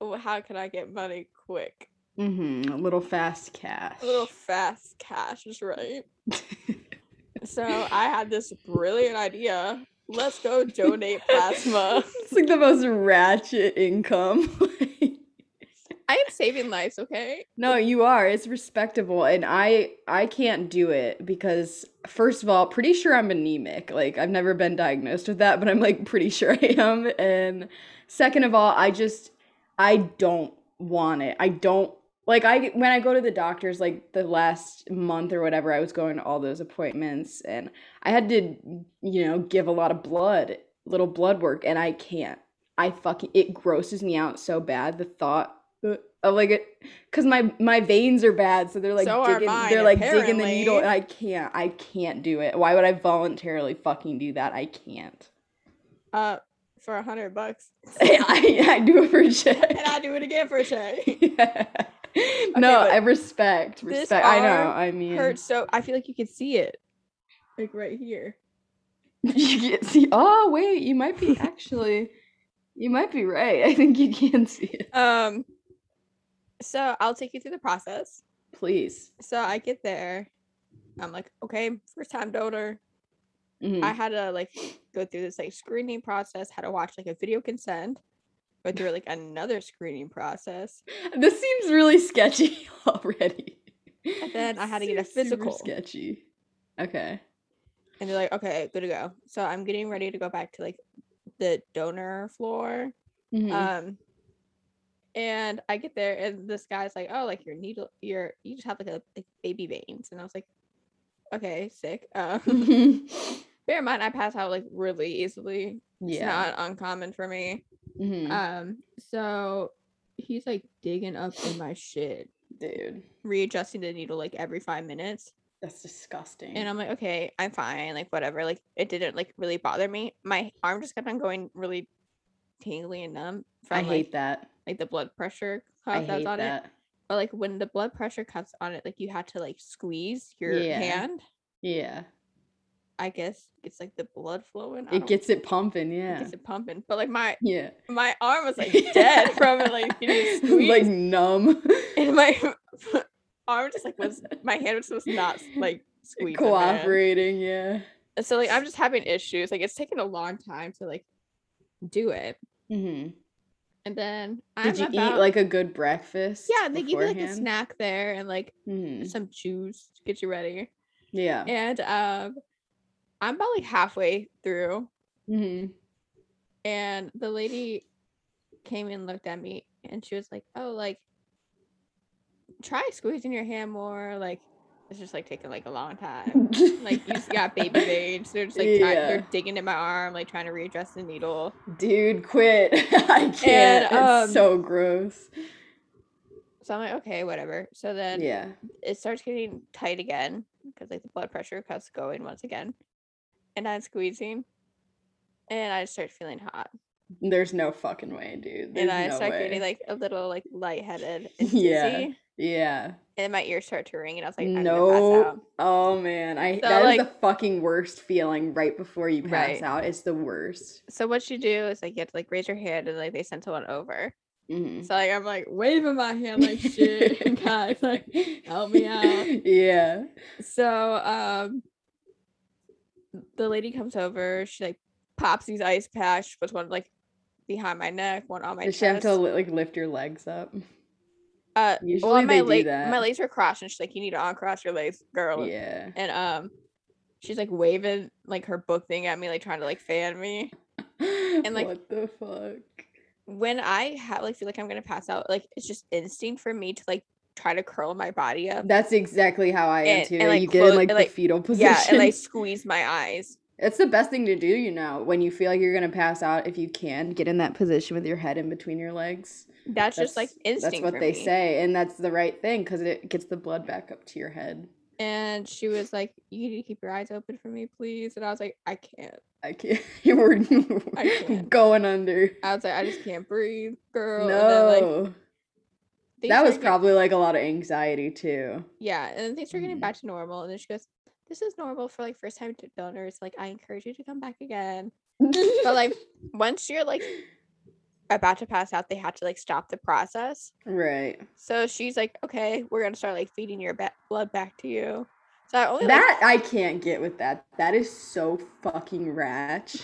[SPEAKER 4] well, how can I get money quick?
[SPEAKER 3] Mm-hmm. A little fast cash.
[SPEAKER 4] A little fast cash is right. so I had this brilliant idea. Let's go donate plasma.
[SPEAKER 3] (laughs) (laughs) it's like the most ratchet income. (laughs)
[SPEAKER 4] I am saving lives, okay?
[SPEAKER 3] No, you are. It's respectable, and I I can't do it because first of all, pretty sure I'm anemic. Like I've never been diagnosed with that, but I'm like pretty sure I am. And second of all, I just I don't want it. I don't like I when I go to the doctors like the last month or whatever, I was going to all those appointments and I had to, you know, give a lot of blood, little blood work, and I can't. I fucking it grosses me out so bad the thought uh, of like it because my my veins are bad so they're like
[SPEAKER 4] So are
[SPEAKER 3] digging
[SPEAKER 4] mine,
[SPEAKER 3] they're like digging the needle
[SPEAKER 4] apparently.
[SPEAKER 3] and i can't i can't do it why would i voluntarily fucking do that i can't (laughs)
[SPEAKER 4] Uh, for a hundred bucks,
[SPEAKER 3] i, I do it for
[SPEAKER 4] and
[SPEAKER 3] shit
[SPEAKER 4] I do it again for
[SPEAKER 3] (laughs)
[SPEAKER 4] Shay.
[SPEAKER 3] no
[SPEAKER 4] but
[SPEAKER 3] i respect
[SPEAKER 4] this
[SPEAKER 3] respect i know
[SPEAKER 4] arm
[SPEAKER 3] i mean
[SPEAKER 4] Hurts so I feel like you can see it, like right here.
[SPEAKER 3] (laughs) you can't see oh wait you might be actually you might be right i think you can see it
[SPEAKER 4] Um, so I'll take you through the process.
[SPEAKER 3] please
[SPEAKER 4] So I get there, I'm like, okay, first time donor.
[SPEAKER 3] Mhm.
[SPEAKER 4] I had to like (sniffs) go through this like screening process, had to watch like a video consent, go through like another screening process.
[SPEAKER 3] this seems really sketchy (laughs) already
[SPEAKER 4] And then I had to get a
[SPEAKER 3] Seems super
[SPEAKER 4] physical.
[SPEAKER 3] sketchy okay
[SPEAKER 4] and they're like, okay, good to go. So I'm getting ready to go back to like the donor floor.
[SPEAKER 3] Mhm.
[SPEAKER 4] Um, and I get there, and this guy's like, oh, like your needle, your you just have like a like baby veins, and I was like, okay, sick.
[SPEAKER 3] Mm-hmm.
[SPEAKER 4] Um, (laughs)
[SPEAKER 3] (laughs)
[SPEAKER 4] bear in mind, I pass out like really easily. It's
[SPEAKER 3] yeah.
[SPEAKER 4] not uncommon for me.
[SPEAKER 3] Mhm.
[SPEAKER 4] Um, so he's like digging up in my shit,
[SPEAKER 3] Dude,
[SPEAKER 4] readjusting the needle like every five minutes.
[SPEAKER 3] that's disgusting.
[SPEAKER 4] And I'm like, okay, I'm fine, like whatever. Like it didn't like really bother me. My arm just kept on going really tingly and numb from
[SPEAKER 3] I hate
[SPEAKER 4] like,
[SPEAKER 3] that.
[SPEAKER 4] like the blood pressure
[SPEAKER 3] I
[SPEAKER 4] cuff that
[SPEAKER 3] hate
[SPEAKER 4] was on it.
[SPEAKER 3] that.
[SPEAKER 4] But like when the blood pressure cuffs on it, like you had to like squeeze your
[SPEAKER 3] Yeah.
[SPEAKER 4] hand.
[SPEAKER 3] Yeah.
[SPEAKER 4] I guess it's like the blood flowing. I
[SPEAKER 3] It
[SPEAKER 4] don't-
[SPEAKER 3] gets it pumping,
[SPEAKER 4] it
[SPEAKER 3] yeah.
[SPEAKER 4] gets it pumping. But like my
[SPEAKER 3] yeah.
[SPEAKER 4] my arm was like
[SPEAKER 3] (laughs)
[SPEAKER 4] dead from it. Like you know, squeeze.
[SPEAKER 3] like numb.
[SPEAKER 4] and my (laughs) arm just like was my hand was just not like squeezing. man.
[SPEAKER 3] Cooperating, yeah.
[SPEAKER 4] And so like I'm just having issues. Like it's taken a long time to like do it. Mm-hmm.
[SPEAKER 3] Mhm.
[SPEAKER 4] And then I'm
[SPEAKER 3] Did you eat
[SPEAKER 4] about-
[SPEAKER 3] like a good breakfast?
[SPEAKER 4] yeah, they give you like a
[SPEAKER 3] beforehand?
[SPEAKER 4] snack there and like
[SPEAKER 3] Mhm.
[SPEAKER 4] some juice to get you ready.
[SPEAKER 3] Yeah.
[SPEAKER 4] And um, I'm about like halfway through,
[SPEAKER 3] Mhm.
[SPEAKER 4] and the lady came and looked at me, and she was like, "Oh, like try squeezing your hand more. Like it's just like taking like a long time."
[SPEAKER 3] Mm-hmm.
[SPEAKER 4] Like you just got
[SPEAKER 3] (laughs)
[SPEAKER 4] baby veins. They're just like try-
[SPEAKER 3] Yeah.
[SPEAKER 4] they're digging in my arm, like trying to readjust the needle.
[SPEAKER 3] Dude, quit. (laughs) I can't.
[SPEAKER 4] um,
[SPEAKER 3] it's so gross.
[SPEAKER 4] So I'm like, okay, whatever. So then
[SPEAKER 3] Yeah.
[SPEAKER 4] it starts getting tight again because like the blood pressure cuffs going once again, and I'm squeezing, and I start feeling hot,
[SPEAKER 3] There's no fucking way, dude. There's
[SPEAKER 4] and I
[SPEAKER 3] no
[SPEAKER 4] start
[SPEAKER 3] way.
[SPEAKER 4] getting like a little like
[SPEAKER 3] (laughs)
[SPEAKER 4] lightheaded and dizzy,
[SPEAKER 3] Yeah. yeah.
[SPEAKER 4] and my ears start to ring, and I was like, I'm gonna pass
[SPEAKER 3] no.
[SPEAKER 4] out.
[SPEAKER 3] Oh man, I
[SPEAKER 4] So,
[SPEAKER 3] that is
[SPEAKER 4] like-
[SPEAKER 3] the fucking worst feeling right before you pass
[SPEAKER 4] Right.
[SPEAKER 3] out. It's the worst.
[SPEAKER 4] So what you do is like you have to like raise your hand, and like they send someone over.
[SPEAKER 3] Mhm.
[SPEAKER 4] So like I'm like waving my hand
[SPEAKER 3] (laughs)
[SPEAKER 4] like shit, (laughs) guys, like help me out.
[SPEAKER 3] yeah.
[SPEAKER 4] So um the lady comes over, she like pops these ice packs, puts one like behind my neck, one on my
[SPEAKER 3] Does
[SPEAKER 4] chest.
[SPEAKER 3] she have to li- like lift your legs up?
[SPEAKER 4] uh
[SPEAKER 3] Usually
[SPEAKER 4] well, my
[SPEAKER 3] they do
[SPEAKER 4] leg
[SPEAKER 3] that.
[SPEAKER 4] my legs were crossed and she's like, You need to uncross your legs, girl.
[SPEAKER 3] yeah.
[SPEAKER 4] And um she's like waving like her book thing at me, like trying to like fan me.
[SPEAKER 3] And
[SPEAKER 4] like-
[SPEAKER 3] what the fuck?
[SPEAKER 4] When I have like feel like I'm gonna pass out, like it's just instinct for me to like try to curl my body up.
[SPEAKER 3] That's exactly how I am
[SPEAKER 4] And-
[SPEAKER 3] too.
[SPEAKER 4] and,
[SPEAKER 3] and
[SPEAKER 4] like,
[SPEAKER 3] you get
[SPEAKER 4] close-
[SPEAKER 3] in like,
[SPEAKER 4] and, like-
[SPEAKER 3] the fetal position.
[SPEAKER 4] Yeah,
[SPEAKER 3] (laughs)
[SPEAKER 4] and like squeeze my eyes.
[SPEAKER 3] It's the best thing to do, you know, when you feel like you're gonna pass out. If you can get in that position with your head in between your legs,
[SPEAKER 4] That's, just like instinct.
[SPEAKER 3] That's what
[SPEAKER 4] for
[SPEAKER 3] they
[SPEAKER 4] me.
[SPEAKER 3] say, and that's the right thing because it gets the blood back up to your head.
[SPEAKER 4] and she was like, "You need to keep your eyes open for me, please." And I was like, "I can't."
[SPEAKER 3] I can't. (laughs) We're
[SPEAKER 4] I can't.
[SPEAKER 3] going under.
[SPEAKER 4] I was like, "I just can't breathe, girl." And then, like,
[SPEAKER 3] No,
[SPEAKER 4] things
[SPEAKER 3] that was
[SPEAKER 4] started get-
[SPEAKER 3] probably like a lot of anxiety too.
[SPEAKER 4] (laughs) yeah. And then things were getting
[SPEAKER 3] Mhm.
[SPEAKER 4] back to normal, and then she goes, this is normal for like first time donors. Like, I encourage you to come back again. But like, once you're like about to pass out, they had to like stop the process.
[SPEAKER 3] right.
[SPEAKER 4] So she's like, okay, we're gonna start like feeding your ba- blood back to you. So I only like,
[SPEAKER 3] That I can't get with that. That is so fucking ratch.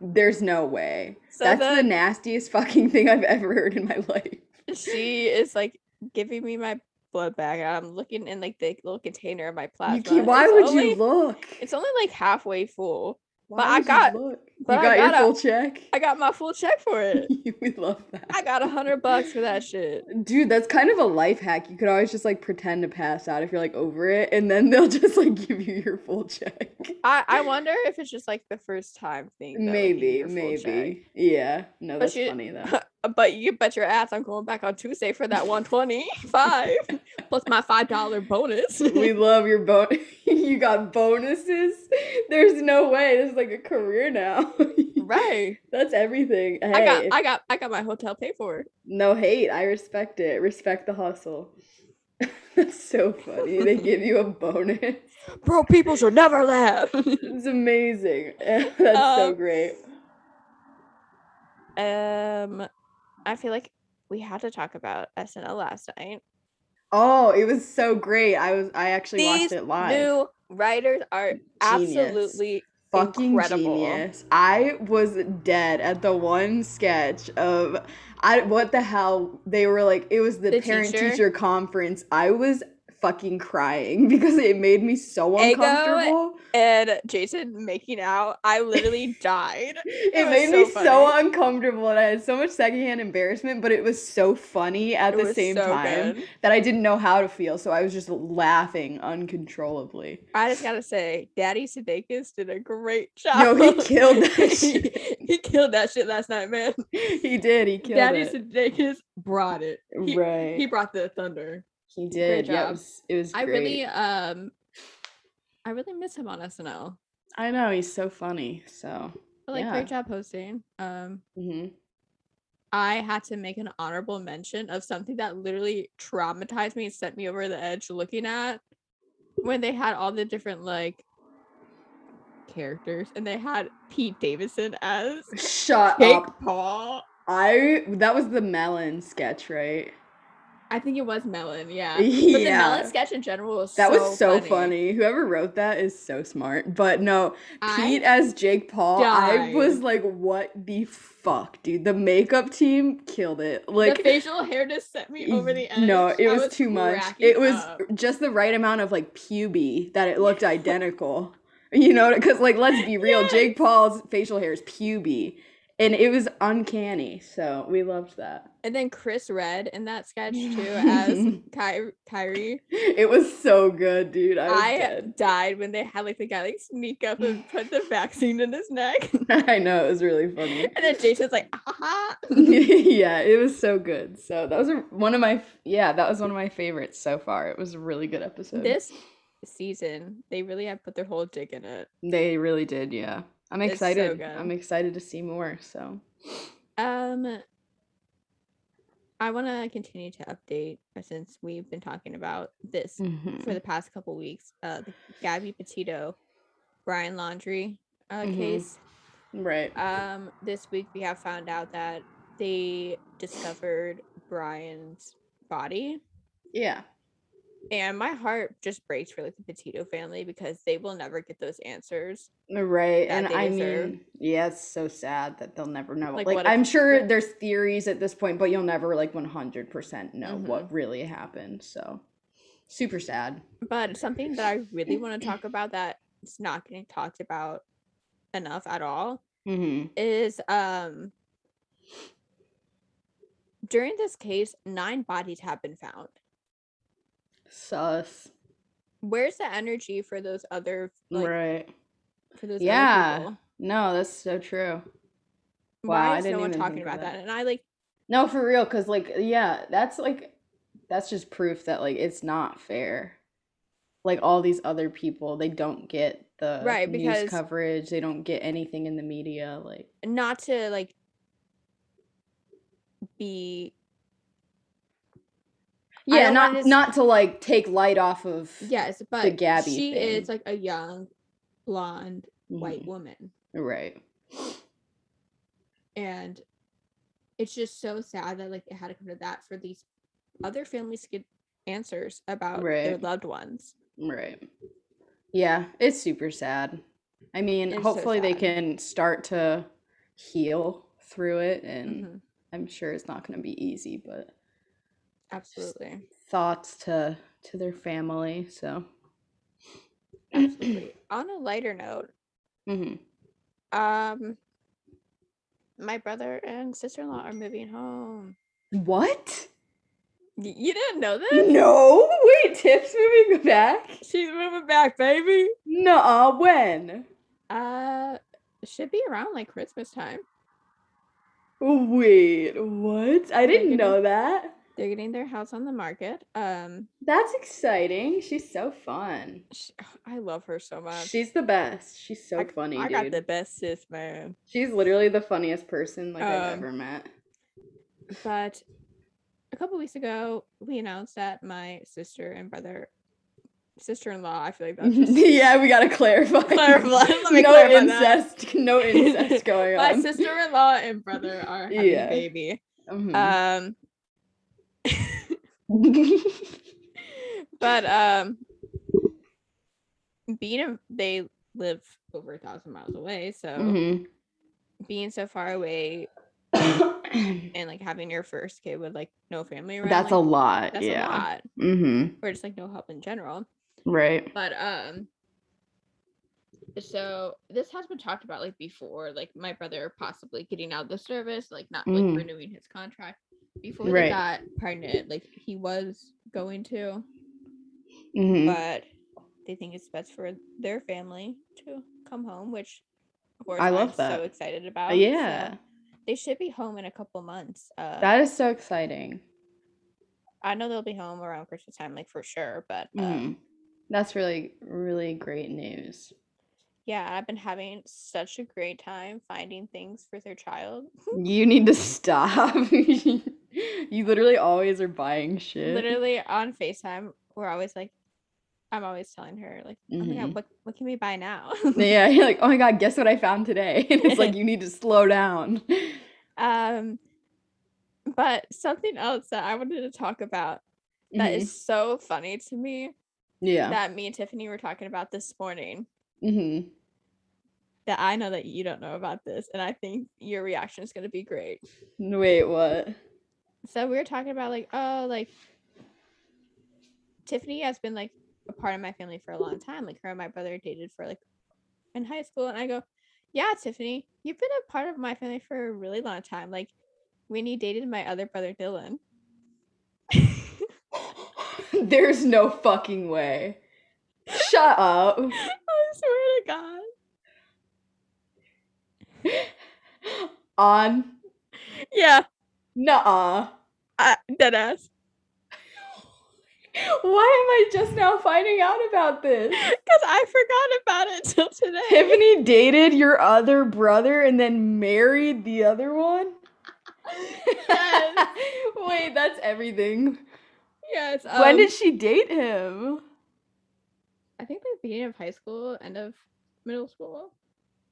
[SPEAKER 3] There's no way.
[SPEAKER 4] so
[SPEAKER 3] That's the
[SPEAKER 4] then
[SPEAKER 3] nastiest fucking thing I've ever heard in my life.
[SPEAKER 4] she is like giving me my blood bag. and I'm looking in like the little container of my plasma.
[SPEAKER 3] You can't,
[SPEAKER 4] and
[SPEAKER 3] why
[SPEAKER 4] it's
[SPEAKER 3] would
[SPEAKER 4] only-
[SPEAKER 3] you look?
[SPEAKER 4] It's only like halfway full.
[SPEAKER 3] Why
[SPEAKER 4] but I
[SPEAKER 3] would you
[SPEAKER 4] got-
[SPEAKER 3] look?
[SPEAKER 4] but
[SPEAKER 3] you got,
[SPEAKER 4] I got a-
[SPEAKER 3] your full check. (laughs)
[SPEAKER 4] I got my full check for it.
[SPEAKER 3] we love that.
[SPEAKER 4] I got a hundred bucks for that
[SPEAKER 3] (laughs)
[SPEAKER 4] shit.
[SPEAKER 3] Dude, that's kind of a life hack. You could always just like pretend to pass out if you're like over it, and then they'll just like (laughs) give you your full check.
[SPEAKER 4] I I wonder if it's just like the first time thing. though, like, you
[SPEAKER 3] maybe,
[SPEAKER 4] get your full check.
[SPEAKER 3] maybe. Yeah. No,
[SPEAKER 4] But
[SPEAKER 3] that's
[SPEAKER 4] you-
[SPEAKER 3] funny though.
[SPEAKER 4] (laughs) but you bet your ass I'm going back on Tuesday for that 125 plus my five dollar
[SPEAKER 3] (laughs)
[SPEAKER 4] bonus.
[SPEAKER 3] we love your bon (laughs) you got bonuses. There's no way. This is like a career now. (laughs)
[SPEAKER 4] right.
[SPEAKER 3] That's everything. Hey,
[SPEAKER 4] I got
[SPEAKER 3] if-
[SPEAKER 4] I got I got my hotel paid for.
[SPEAKER 3] no hate. I respect it. Respect the hustle. (laughs) That's so funny. They give you a bonus.
[SPEAKER 4] Bro, people should never laugh.
[SPEAKER 3] (laughs) It's amazing. (laughs) That's so
[SPEAKER 4] Um,
[SPEAKER 3] great.
[SPEAKER 4] um I feel like we had to talk about SNL last night.
[SPEAKER 3] Oh, it was so great. I was I actually
[SPEAKER 4] These
[SPEAKER 3] watched it live.
[SPEAKER 4] New writers are absolutely
[SPEAKER 3] fucking
[SPEAKER 4] incredible.
[SPEAKER 3] genius. I was dead at the one sketch of I what the hell they were like it was the,
[SPEAKER 4] The
[SPEAKER 3] parent
[SPEAKER 4] teacher?
[SPEAKER 3] teacher. conference. I was fucking crying (laughs) because it made me so
[SPEAKER 4] Ego
[SPEAKER 3] uncomfortable.
[SPEAKER 4] and Jason making out. I
[SPEAKER 3] (laughs)
[SPEAKER 4] literally died.
[SPEAKER 3] It,
[SPEAKER 4] was
[SPEAKER 3] made
[SPEAKER 4] so
[SPEAKER 3] me so
[SPEAKER 4] funny.
[SPEAKER 3] uncomfortable and I had so much secondhand embarrassment, but it was so funny at
[SPEAKER 4] It
[SPEAKER 3] the
[SPEAKER 4] was
[SPEAKER 3] same
[SPEAKER 4] so
[SPEAKER 3] time
[SPEAKER 4] good.
[SPEAKER 3] that I didn't know how to feel. So I was just laughing uncontrollably. (laughs)
[SPEAKER 4] I just gotta say, Daddy Sudeikis did a great
[SPEAKER 3] No,
[SPEAKER 4] job.
[SPEAKER 3] he killed that shit.
[SPEAKER 4] (laughs) he killed that shit last night, man.
[SPEAKER 3] He did. He killed
[SPEAKER 4] Daddy
[SPEAKER 3] it.
[SPEAKER 4] Sudeikis brought it. He,
[SPEAKER 3] right.
[SPEAKER 4] he brought the thunder.
[SPEAKER 3] He
[SPEAKER 4] Great
[SPEAKER 3] did. Yeah,
[SPEAKER 4] job.
[SPEAKER 3] it was, it was
[SPEAKER 4] I
[SPEAKER 3] great.
[SPEAKER 4] really, um, I really miss him on SNL.
[SPEAKER 3] I know he's so funny. So,
[SPEAKER 4] But like,
[SPEAKER 3] Yeah.
[SPEAKER 4] great job hosting. Um,
[SPEAKER 3] mhm.
[SPEAKER 4] I had to make an honorable mention of something that literally traumatized me and sent me over the edge looking at when they had all the different like characters and they had Pete Davidson as
[SPEAKER 3] shut
[SPEAKER 4] Jake
[SPEAKER 3] up.
[SPEAKER 4] Paul.
[SPEAKER 3] I that was the melon sketch, right?
[SPEAKER 4] I think it was
[SPEAKER 3] (laughs)
[SPEAKER 4] Melon, yeah. But the
[SPEAKER 3] yeah,
[SPEAKER 4] Melon sketch in general was
[SPEAKER 3] that
[SPEAKER 4] so
[SPEAKER 3] was so funny. Whoever wrote that is so smart. But no, Pete
[SPEAKER 4] I,
[SPEAKER 3] as Jake Paul, I
[SPEAKER 4] died.
[SPEAKER 3] was like, what the fuck, dude? The makeup team killed it.
[SPEAKER 4] the
[SPEAKER 3] Like. (laughs)
[SPEAKER 4] facial hair just sent me over the edge.
[SPEAKER 3] No, it
[SPEAKER 4] I
[SPEAKER 3] was, too much. It
[SPEAKER 4] cracking
[SPEAKER 3] was
[SPEAKER 4] up.
[SPEAKER 3] just the right amount of like puby that it
[SPEAKER 4] (laughs)
[SPEAKER 3] looked identical. you know, because like let's be real, Jake Paul's facial hair is puby, and it was uncanny. So we loved that.
[SPEAKER 4] and then Chris Red in that sketch
[SPEAKER 3] (laughs)
[SPEAKER 4] too as Ky- Kyrie.
[SPEAKER 3] It was so good, dude. I was
[SPEAKER 4] I
[SPEAKER 3] dead. (laughs)
[SPEAKER 4] died when they had like the guy like sneak up and put the vaccine in his neck. (laughs)
[SPEAKER 3] I know it was really funny.
[SPEAKER 4] and then Jason's like, ah.
[SPEAKER 3] yeah, it was so good. So that was a, one of my yeah, that was one of my favorites so far. It was a really good episode.
[SPEAKER 4] This season, they really have put their whole dick in it.
[SPEAKER 3] they really did, yeah. I'm
[SPEAKER 4] It's so
[SPEAKER 3] excited.
[SPEAKER 4] good.
[SPEAKER 3] I'm excited to see more. So
[SPEAKER 4] Um, I want to continue to update uh, since we've been talking about this
[SPEAKER 3] Mhm.
[SPEAKER 4] for the past couple weeks. Uh, the Gabby Petito, Brian Laundry uh,
[SPEAKER 3] Mhm.
[SPEAKER 4] case.
[SPEAKER 3] right.
[SPEAKER 4] Um, this week we have found out that they discovered Brian's body,
[SPEAKER 3] Yeah.
[SPEAKER 4] and my heart just breaks for like the Petito family because they will never get those answers.
[SPEAKER 3] Right.
[SPEAKER 4] that
[SPEAKER 3] And
[SPEAKER 4] they
[SPEAKER 3] I
[SPEAKER 4] deserve.
[SPEAKER 3] mean, yeah, it's so sad that they'll never know.
[SPEAKER 4] Like,
[SPEAKER 3] Like,
[SPEAKER 4] what if-
[SPEAKER 3] I'm sure there's theories at this point, but you'll never like 100% know
[SPEAKER 4] Mhm.
[SPEAKER 3] what really happened. So super sad.
[SPEAKER 4] But something that I really want
[SPEAKER 3] (laughs)
[SPEAKER 4] to talk about that is not getting talked about enough at all
[SPEAKER 3] Mm-hmm.
[SPEAKER 4] is um during this case nine bodies have been found
[SPEAKER 3] Sus.
[SPEAKER 4] where's the energy for those other like
[SPEAKER 3] right.
[SPEAKER 4] for those
[SPEAKER 3] Yeah.
[SPEAKER 4] other people?
[SPEAKER 3] No, that's so true. Wow,
[SPEAKER 4] why
[SPEAKER 3] I
[SPEAKER 4] is no
[SPEAKER 3] didn't
[SPEAKER 4] one
[SPEAKER 3] even
[SPEAKER 4] talking
[SPEAKER 3] think of
[SPEAKER 4] about that.
[SPEAKER 3] that.
[SPEAKER 4] and i like
[SPEAKER 3] No, for real. Cause like, yeah, that's like, that's just proof that like it's not fair. Like all these other people, they don't get the
[SPEAKER 4] Right, because-
[SPEAKER 3] news coverage. They don't get anything in the media. Like,
[SPEAKER 4] not to like be
[SPEAKER 3] Yeah,
[SPEAKER 4] don't
[SPEAKER 3] not
[SPEAKER 4] want this-
[SPEAKER 3] not to like take light off of
[SPEAKER 4] Yes, but
[SPEAKER 3] Gabby
[SPEAKER 4] she
[SPEAKER 3] thing.
[SPEAKER 4] is like a young, blonde, white woman.
[SPEAKER 3] Mhm. Mm, Right.
[SPEAKER 4] And it's just so sad that like it had to come to that for these other families to get answers about their
[SPEAKER 3] Right.
[SPEAKER 4] loved ones.
[SPEAKER 3] Right. Yeah, it's super sad. I mean,
[SPEAKER 4] It is so
[SPEAKER 3] hopefully they
[SPEAKER 4] sad.
[SPEAKER 3] can start to heal through it and
[SPEAKER 4] Mhm,
[SPEAKER 3] I'm sure it's not going to be easy, but (clears throat)
[SPEAKER 4] Absolutely.
[SPEAKER 3] thoughts to to their family, so
[SPEAKER 4] Absolutely. On a lighter note,
[SPEAKER 3] Mhm.
[SPEAKER 4] um my brother and sister-in-law are moving home.
[SPEAKER 3] What?
[SPEAKER 4] Y- you didn't know this?
[SPEAKER 3] No, wait, Tiff's moving back?
[SPEAKER 4] She's moving back, baby.
[SPEAKER 3] No, when?
[SPEAKER 4] Uh should be around like Christmas time.
[SPEAKER 3] Wait, what? I didn't
[SPEAKER 4] gonna-
[SPEAKER 3] know that.
[SPEAKER 4] They're getting their house on the market. Um,
[SPEAKER 3] That's exciting. She's so fun.
[SPEAKER 4] sh I love her so much.
[SPEAKER 3] She's the best. She's so
[SPEAKER 4] I,
[SPEAKER 3] funny,
[SPEAKER 4] I
[SPEAKER 3] dude.
[SPEAKER 4] got the best sis, man.
[SPEAKER 3] She's literally the funniest person like I've
[SPEAKER 4] Um,
[SPEAKER 3] ever met.
[SPEAKER 4] But a couple weeks ago, we announced that my sister and brother, sister-in-law. I feel
[SPEAKER 3] (laughs)
[SPEAKER 4] like that's (laughs) just
[SPEAKER 3] yeah, we gotta clarify.
[SPEAKER 4] Clarify- let me
[SPEAKER 3] no
[SPEAKER 4] clarify that.
[SPEAKER 3] incest. No
[SPEAKER 4] (laughs)
[SPEAKER 3] incest going
[SPEAKER 4] my
[SPEAKER 3] on.
[SPEAKER 4] sister-in-law and brother are having a
[SPEAKER 3] Yeah.
[SPEAKER 4] baby.
[SPEAKER 3] Mhm. (laughs)
[SPEAKER 4] Um, but um, being a, they live over a thousand miles away, so
[SPEAKER 3] Mhm.
[SPEAKER 4] being so far away
[SPEAKER 3] (coughs)
[SPEAKER 4] and like having your first kid with like no family around
[SPEAKER 3] that's a
[SPEAKER 4] like,
[SPEAKER 3] lot.
[SPEAKER 4] that's
[SPEAKER 3] yeah.
[SPEAKER 4] a lot
[SPEAKER 3] Mm-hmm.
[SPEAKER 4] or just like no help in general
[SPEAKER 3] Right.
[SPEAKER 4] but um so this has been talked about like before like my brother possibly getting out of the service like not
[SPEAKER 3] Mm.
[SPEAKER 4] like renewing his contract before
[SPEAKER 3] Right.
[SPEAKER 4] they got pregnant like he was going to
[SPEAKER 3] hmm
[SPEAKER 4] but they think it's best for their family to come home which of course
[SPEAKER 3] I love
[SPEAKER 4] am
[SPEAKER 3] that.
[SPEAKER 4] so excited about so
[SPEAKER 3] yeah,
[SPEAKER 4] they should be home in a couple months uh
[SPEAKER 3] that is so exciting.
[SPEAKER 4] I know they'll be home around Christmas time, like for sure. But uh,
[SPEAKER 3] Mhm. That's really, really great news.
[SPEAKER 4] yeah, I've been having such a great time finding things for their child.
[SPEAKER 3] You need to stop. (laughs) you literally always are buying shit.
[SPEAKER 4] Literally on FaceTime, we're always like, I'm always telling her, like, oh my
[SPEAKER 3] Mhm.
[SPEAKER 4] God, what, what can we buy now? (laughs)
[SPEAKER 3] Yeah, you're like, oh my god, guess what I found today? (laughs) And it's like you need to slow down.
[SPEAKER 4] um, but something else that I wanted to talk about that
[SPEAKER 3] Mhm.
[SPEAKER 4] is so funny to me
[SPEAKER 3] Mm-hmm, yeah.
[SPEAKER 4] that me and Tiffany were talking about this morning
[SPEAKER 3] hmm
[SPEAKER 4] that I know that you don't know about this. And I think your reaction is going to be great.
[SPEAKER 3] Wait, what? (laughs)
[SPEAKER 4] so we were talking about like oh like tiffany has been like a part of my family for a long time like her and my brother dated for like in high school and i go yeah tiffany you've been a part of my family for a really long time like when he dated my other brother dylan (laughs)
[SPEAKER 3] There's no fucking way. Shut
[SPEAKER 4] (laughs)
[SPEAKER 3] up.
[SPEAKER 4] i swear to god
[SPEAKER 3] On.
[SPEAKER 4] yeah
[SPEAKER 3] Nuh-uh.
[SPEAKER 4] I, dead (laughs) ass
[SPEAKER 3] Why am I just now finding out about this?
[SPEAKER 4] because i forgot about it till today
[SPEAKER 3] Tiffany dated your other brother and then married the other one?
[SPEAKER 4] Yes.
[SPEAKER 3] (laughs) Wait, that's everything.
[SPEAKER 4] (laughs) yes
[SPEAKER 3] when
[SPEAKER 4] um,
[SPEAKER 3] did she date him?
[SPEAKER 4] i think the beginning of high school end of middle school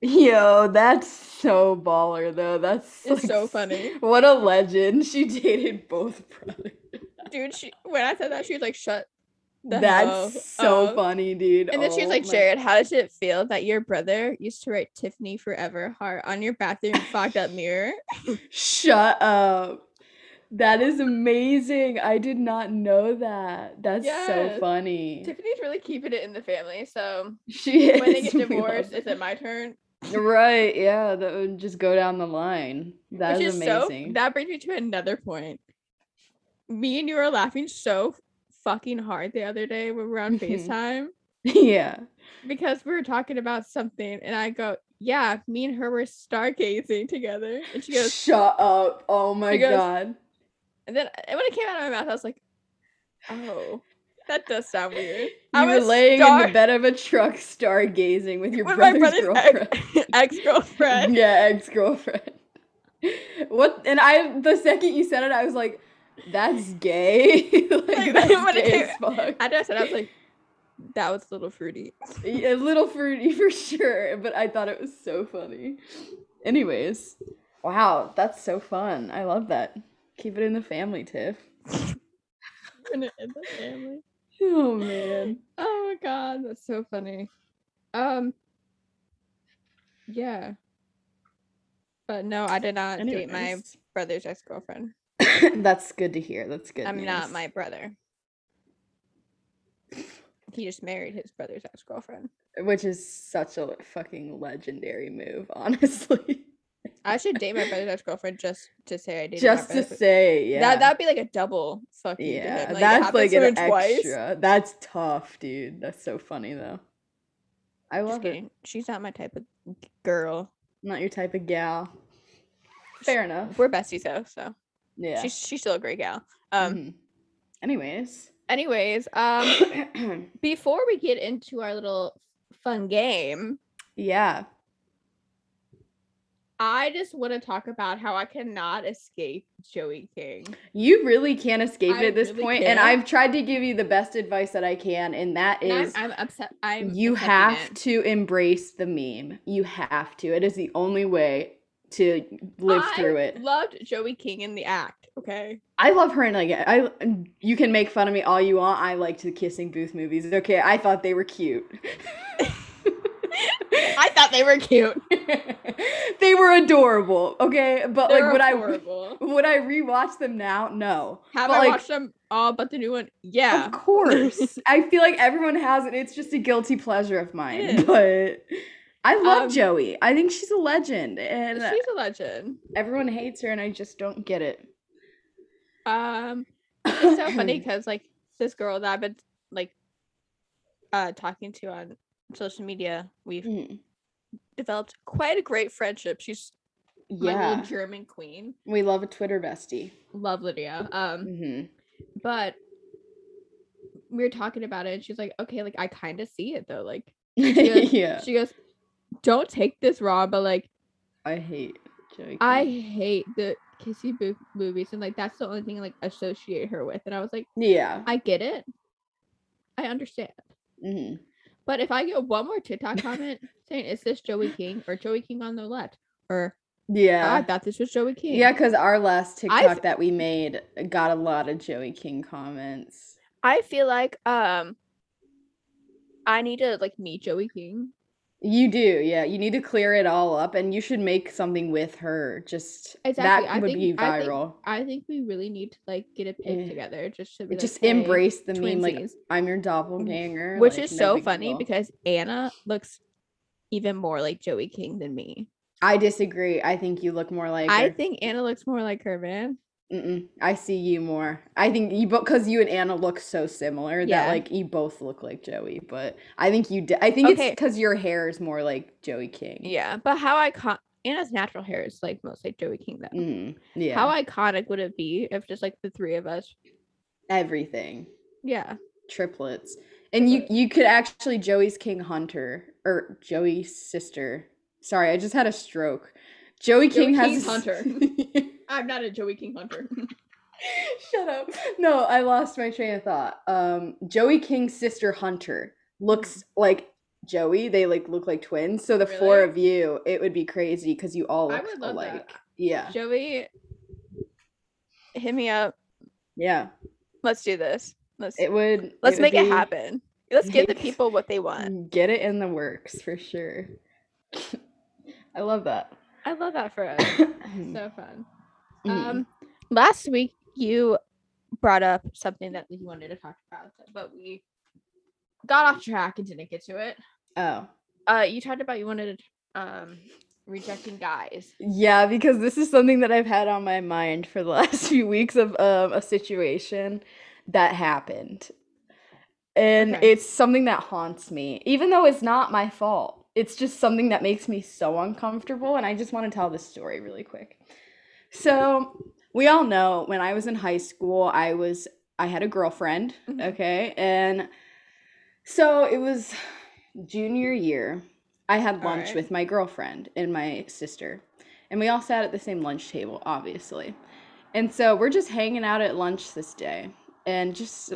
[SPEAKER 3] Yo, that's so baller though. That's
[SPEAKER 4] It's
[SPEAKER 3] like
[SPEAKER 4] so
[SPEAKER 3] s-
[SPEAKER 4] funny.
[SPEAKER 3] (laughs) What a legend. She dated both brothers.
[SPEAKER 4] dude she when i said that she was like shut the hell
[SPEAKER 3] That's so
[SPEAKER 4] up.
[SPEAKER 3] funny, dude.
[SPEAKER 4] And then she
[SPEAKER 3] Oh
[SPEAKER 4] was like,
[SPEAKER 3] my-
[SPEAKER 4] Jared, how does it feel that your brother used to write Tiffany Forever Heart on
[SPEAKER 3] (laughs)
[SPEAKER 4] your bathroom fogged up mirror?
[SPEAKER 3] Shut up. That is amazing. I did not know that. That's so
[SPEAKER 4] Yes.
[SPEAKER 3] funny.
[SPEAKER 4] Tiffany's really keeping it in the family. So
[SPEAKER 3] (laughs) she is.
[SPEAKER 4] when they get
[SPEAKER 3] we love
[SPEAKER 4] divorced,
[SPEAKER 3] it.
[SPEAKER 4] is it my turn?
[SPEAKER 3] Right, yeah, that would just go down the line. That's
[SPEAKER 4] Which is
[SPEAKER 3] amazing.
[SPEAKER 4] so that brings me to another point. Me and you were laughing so fucking hard the other day when we were
[SPEAKER 3] (laughs)
[SPEAKER 4] on
[SPEAKER 3] Mhm.
[SPEAKER 4] FaceTime
[SPEAKER 3] (laughs) yeah.
[SPEAKER 4] because we were talking about something and I go, Yeah, me and her were stargazing together. And she goes,
[SPEAKER 3] Shut up. Oh my
[SPEAKER 4] goes,
[SPEAKER 3] god.
[SPEAKER 4] and then and when it came out of my mouth, I was like, Oh, that does sound weird.
[SPEAKER 3] You
[SPEAKER 4] I
[SPEAKER 3] were
[SPEAKER 4] was
[SPEAKER 3] laying in
[SPEAKER 4] star-
[SPEAKER 3] the bed of a truck stargazing with your
[SPEAKER 4] with my
[SPEAKER 3] brother's
[SPEAKER 4] brother's
[SPEAKER 3] girlfriend.
[SPEAKER 4] (laughs) ex
[SPEAKER 3] (laughs)
[SPEAKER 4] girlfriend.
[SPEAKER 3] yeah, ex-girlfriend. What and I the second you said it, I was like, That's gay. (laughs) like,
[SPEAKER 4] Like, (laughs)
[SPEAKER 3] that's
[SPEAKER 4] what did
[SPEAKER 3] gay
[SPEAKER 4] you-
[SPEAKER 3] as fuck.
[SPEAKER 4] I just said I was like, that was a little fruity.
[SPEAKER 3] Yeah, a little fruity (laughs) for sure, but I thought it was so funny. Anyways, wow, that's so fun. I love that. Keep it in the family, Tiff.
[SPEAKER 4] in the in the family.
[SPEAKER 3] Oh man.
[SPEAKER 4] Oh my god, that's so funny. Um Yeah. But no, I did not date my
[SPEAKER 3] Anyways.
[SPEAKER 4] brother's ex-girlfriend. (laughs)
[SPEAKER 3] that's good to hear. That's good.
[SPEAKER 4] I'm not
[SPEAKER 3] news.
[SPEAKER 4] my brother. He just married his brother's ex-girlfriend.
[SPEAKER 3] which is such a fucking legendary move, (laughs) honestly.
[SPEAKER 4] I should date my brother's ex-girlfriend just to say I dated my
[SPEAKER 3] Just to
[SPEAKER 4] brother's-
[SPEAKER 3] say, yeah.
[SPEAKER 4] That that'd be like a double fuck you to
[SPEAKER 3] yeah,
[SPEAKER 4] him. Like, it
[SPEAKER 3] that's
[SPEAKER 4] happens
[SPEAKER 3] like
[SPEAKER 4] to
[SPEAKER 3] an
[SPEAKER 4] him twice.
[SPEAKER 3] extra. That's tough, dude. That's so funny though. I
[SPEAKER 4] Just
[SPEAKER 3] love it.
[SPEAKER 4] kidding. She's not my type of g- girl.
[SPEAKER 3] Not your type of gal. Fair enough.
[SPEAKER 4] We're besties though, so
[SPEAKER 3] Yeah.
[SPEAKER 4] she's she's still a great gal. Um
[SPEAKER 3] Mhm. Anyways.
[SPEAKER 4] anyways, um
[SPEAKER 3] (coughs)
[SPEAKER 4] before we get into our little fun game,
[SPEAKER 3] yeah.
[SPEAKER 4] I just want to talk about how I cannot escape Joey King.
[SPEAKER 3] You really can't escape
[SPEAKER 4] I
[SPEAKER 3] it at this
[SPEAKER 4] really
[SPEAKER 3] point,
[SPEAKER 4] can't.
[SPEAKER 3] And I've tried to give you the best advice that I can, and that
[SPEAKER 4] And
[SPEAKER 3] is
[SPEAKER 4] I'm, I'm upset. I'm
[SPEAKER 3] you
[SPEAKER 4] accepting
[SPEAKER 3] have
[SPEAKER 4] it.
[SPEAKER 3] to embrace the meme. You have to. It is the only way to live
[SPEAKER 4] I
[SPEAKER 3] through it.
[SPEAKER 4] Loved Joey King in the act. Okay,
[SPEAKER 3] I love her and like I you can make fun of me all you want. I liked the kissing booth movies. Okay, I thought they were cute.
[SPEAKER 4] (laughs) I thought they were cute.
[SPEAKER 3] (laughs) they were adorable. Okay, but
[SPEAKER 4] They're
[SPEAKER 3] like would
[SPEAKER 4] adorable.
[SPEAKER 3] I would I rewatch them now? No.
[SPEAKER 4] Have
[SPEAKER 3] but,
[SPEAKER 4] I
[SPEAKER 3] like,
[SPEAKER 4] watched them all but the new one? Yeah.
[SPEAKER 3] Of
[SPEAKER 4] (laughs)
[SPEAKER 3] course. I feel like everyone has it. It's just a guilty pleasure of mine.
[SPEAKER 4] is.
[SPEAKER 3] But I love
[SPEAKER 4] Um,
[SPEAKER 3] Joey. I think she's a legend. And
[SPEAKER 4] She's a legend.
[SPEAKER 3] everyone hates her and I just don't get it.
[SPEAKER 4] Um, it's so
[SPEAKER 3] (laughs)
[SPEAKER 4] funny because like this girl that I've been like uh talking to on social media, we've
[SPEAKER 3] Mm,
[SPEAKER 4] developed quite a great friendship. She's my
[SPEAKER 3] yeah.
[SPEAKER 4] little German queen.
[SPEAKER 3] We love a Twitter bestie.
[SPEAKER 4] Love Lydia. Um,
[SPEAKER 3] hmm
[SPEAKER 4] but we were talking about it, and she's like, "Okay, like I kind of see it though." Like
[SPEAKER 3] (laughs)
[SPEAKER 4] goes-
[SPEAKER 3] yeah.
[SPEAKER 4] she goes, "Don't take this raw, but like
[SPEAKER 3] I hate Joey.
[SPEAKER 4] I
[SPEAKER 3] King.
[SPEAKER 4] hate the kissy booth movies, and like that's the only thing I, like associate her with." And I was like,
[SPEAKER 3] Yeah.
[SPEAKER 4] "I get it, I understand."
[SPEAKER 3] hmm
[SPEAKER 4] But if I get one more TikTok (laughs) comment saying, "Is this Joey King or Joey King on the left?" or "Oh, I
[SPEAKER 3] Yeah.
[SPEAKER 4] thought this was Joey King,"
[SPEAKER 3] Yeah, because our last TikTok
[SPEAKER 4] I've-
[SPEAKER 3] that we made got a lot of Joey King comments.
[SPEAKER 4] I feel like um I need to like meet Joey King.
[SPEAKER 3] You do, yeah. You need to clear it all up, and you should make something with her. Just
[SPEAKER 4] Exactly,
[SPEAKER 3] that
[SPEAKER 4] I
[SPEAKER 3] would
[SPEAKER 4] think-
[SPEAKER 3] be
[SPEAKER 4] I think
[SPEAKER 3] viral.
[SPEAKER 4] I think we really need to like get a pic
[SPEAKER 3] Yeah.
[SPEAKER 4] together just to be like,
[SPEAKER 3] just
[SPEAKER 4] "Hey,"
[SPEAKER 3] embrace the meme, like
[SPEAKER 4] twinsies. Mm-hmm.
[SPEAKER 3] I'm your doppelganger,
[SPEAKER 4] which
[SPEAKER 3] like,
[SPEAKER 4] is
[SPEAKER 3] no
[SPEAKER 4] so
[SPEAKER 3] big
[SPEAKER 4] funny
[SPEAKER 3] deal.
[SPEAKER 4] because Anna looks even more like Joey King than me.
[SPEAKER 3] I disagree. I think you look more like
[SPEAKER 4] I
[SPEAKER 3] her.
[SPEAKER 4] think Anna looks more like her, man.
[SPEAKER 3] Mm-mm. I see you more. I think you because you and Anna look so similar
[SPEAKER 4] Yeah.
[SPEAKER 3] that like you both look like Joey, but I think you. Di- I think it's
[SPEAKER 4] Okay.
[SPEAKER 3] because your hair is more like Joey King.
[SPEAKER 4] Yeah, but how icon Anna's natural hair is like most like Joey King though.
[SPEAKER 3] Mm, yeah.
[SPEAKER 4] How iconic would it be if just like the three of us?
[SPEAKER 3] Everything
[SPEAKER 4] Yeah,
[SPEAKER 3] triplets, and you you could actually Joey's King Hunter or Joey's sister. Sorry, I just had a stroke. Joey King
[SPEAKER 4] Joey
[SPEAKER 3] has
[SPEAKER 4] King's
[SPEAKER 3] a s-
[SPEAKER 4] Hunter. I'm not a Joey King (laughs) hunter.
[SPEAKER 3] Shut up. (laughs) No, I lost my train of thought. Um, Joey King's sister Hunter looks like Joey. They like look like twins. So the four
[SPEAKER 4] Hmm. Really?
[SPEAKER 3] of you, it would be crazy because you all
[SPEAKER 4] I
[SPEAKER 3] look
[SPEAKER 4] would love that.
[SPEAKER 3] alike. Yeah,
[SPEAKER 4] Joey, hit me up.
[SPEAKER 3] yeah.
[SPEAKER 4] Let's do this. Let's
[SPEAKER 3] It would.
[SPEAKER 4] let's
[SPEAKER 3] would
[SPEAKER 4] make it
[SPEAKER 3] be-
[SPEAKER 4] happen. Let's (laughs) give the
[SPEAKER 3] make-
[SPEAKER 4] people what they want.
[SPEAKER 3] Get it in the works for sure. (laughs) I love that.
[SPEAKER 4] I love that for (coughs) us.
[SPEAKER 3] (laughs)
[SPEAKER 4] so fun.
[SPEAKER 3] Mm.
[SPEAKER 4] Um, last week you brought up something that you wanted to talk about, but we got off track and didn't get to it.
[SPEAKER 3] oh.
[SPEAKER 4] Uh, you talked about you wanted to um rejecting guys.
[SPEAKER 3] Yeah, because this is something that I've had on my mind for the (laughs) last few weeks of um, a situation that happened. And
[SPEAKER 4] Okay.
[SPEAKER 3] it's something that haunts me, even though it's not my fault. It's just something that makes me so uncomfortable. And I just want to tell this story really quick. So, we all know when I was in high school, I was, I had a girlfriend,
[SPEAKER 4] Mhm.
[SPEAKER 3] okay? And so it was junior year. I had
[SPEAKER 4] All
[SPEAKER 3] lunch
[SPEAKER 4] right.
[SPEAKER 3] with my girlfriend and my sister, and we all sat at the same lunch table, obviously. And so we're just hanging out at lunch this day and just,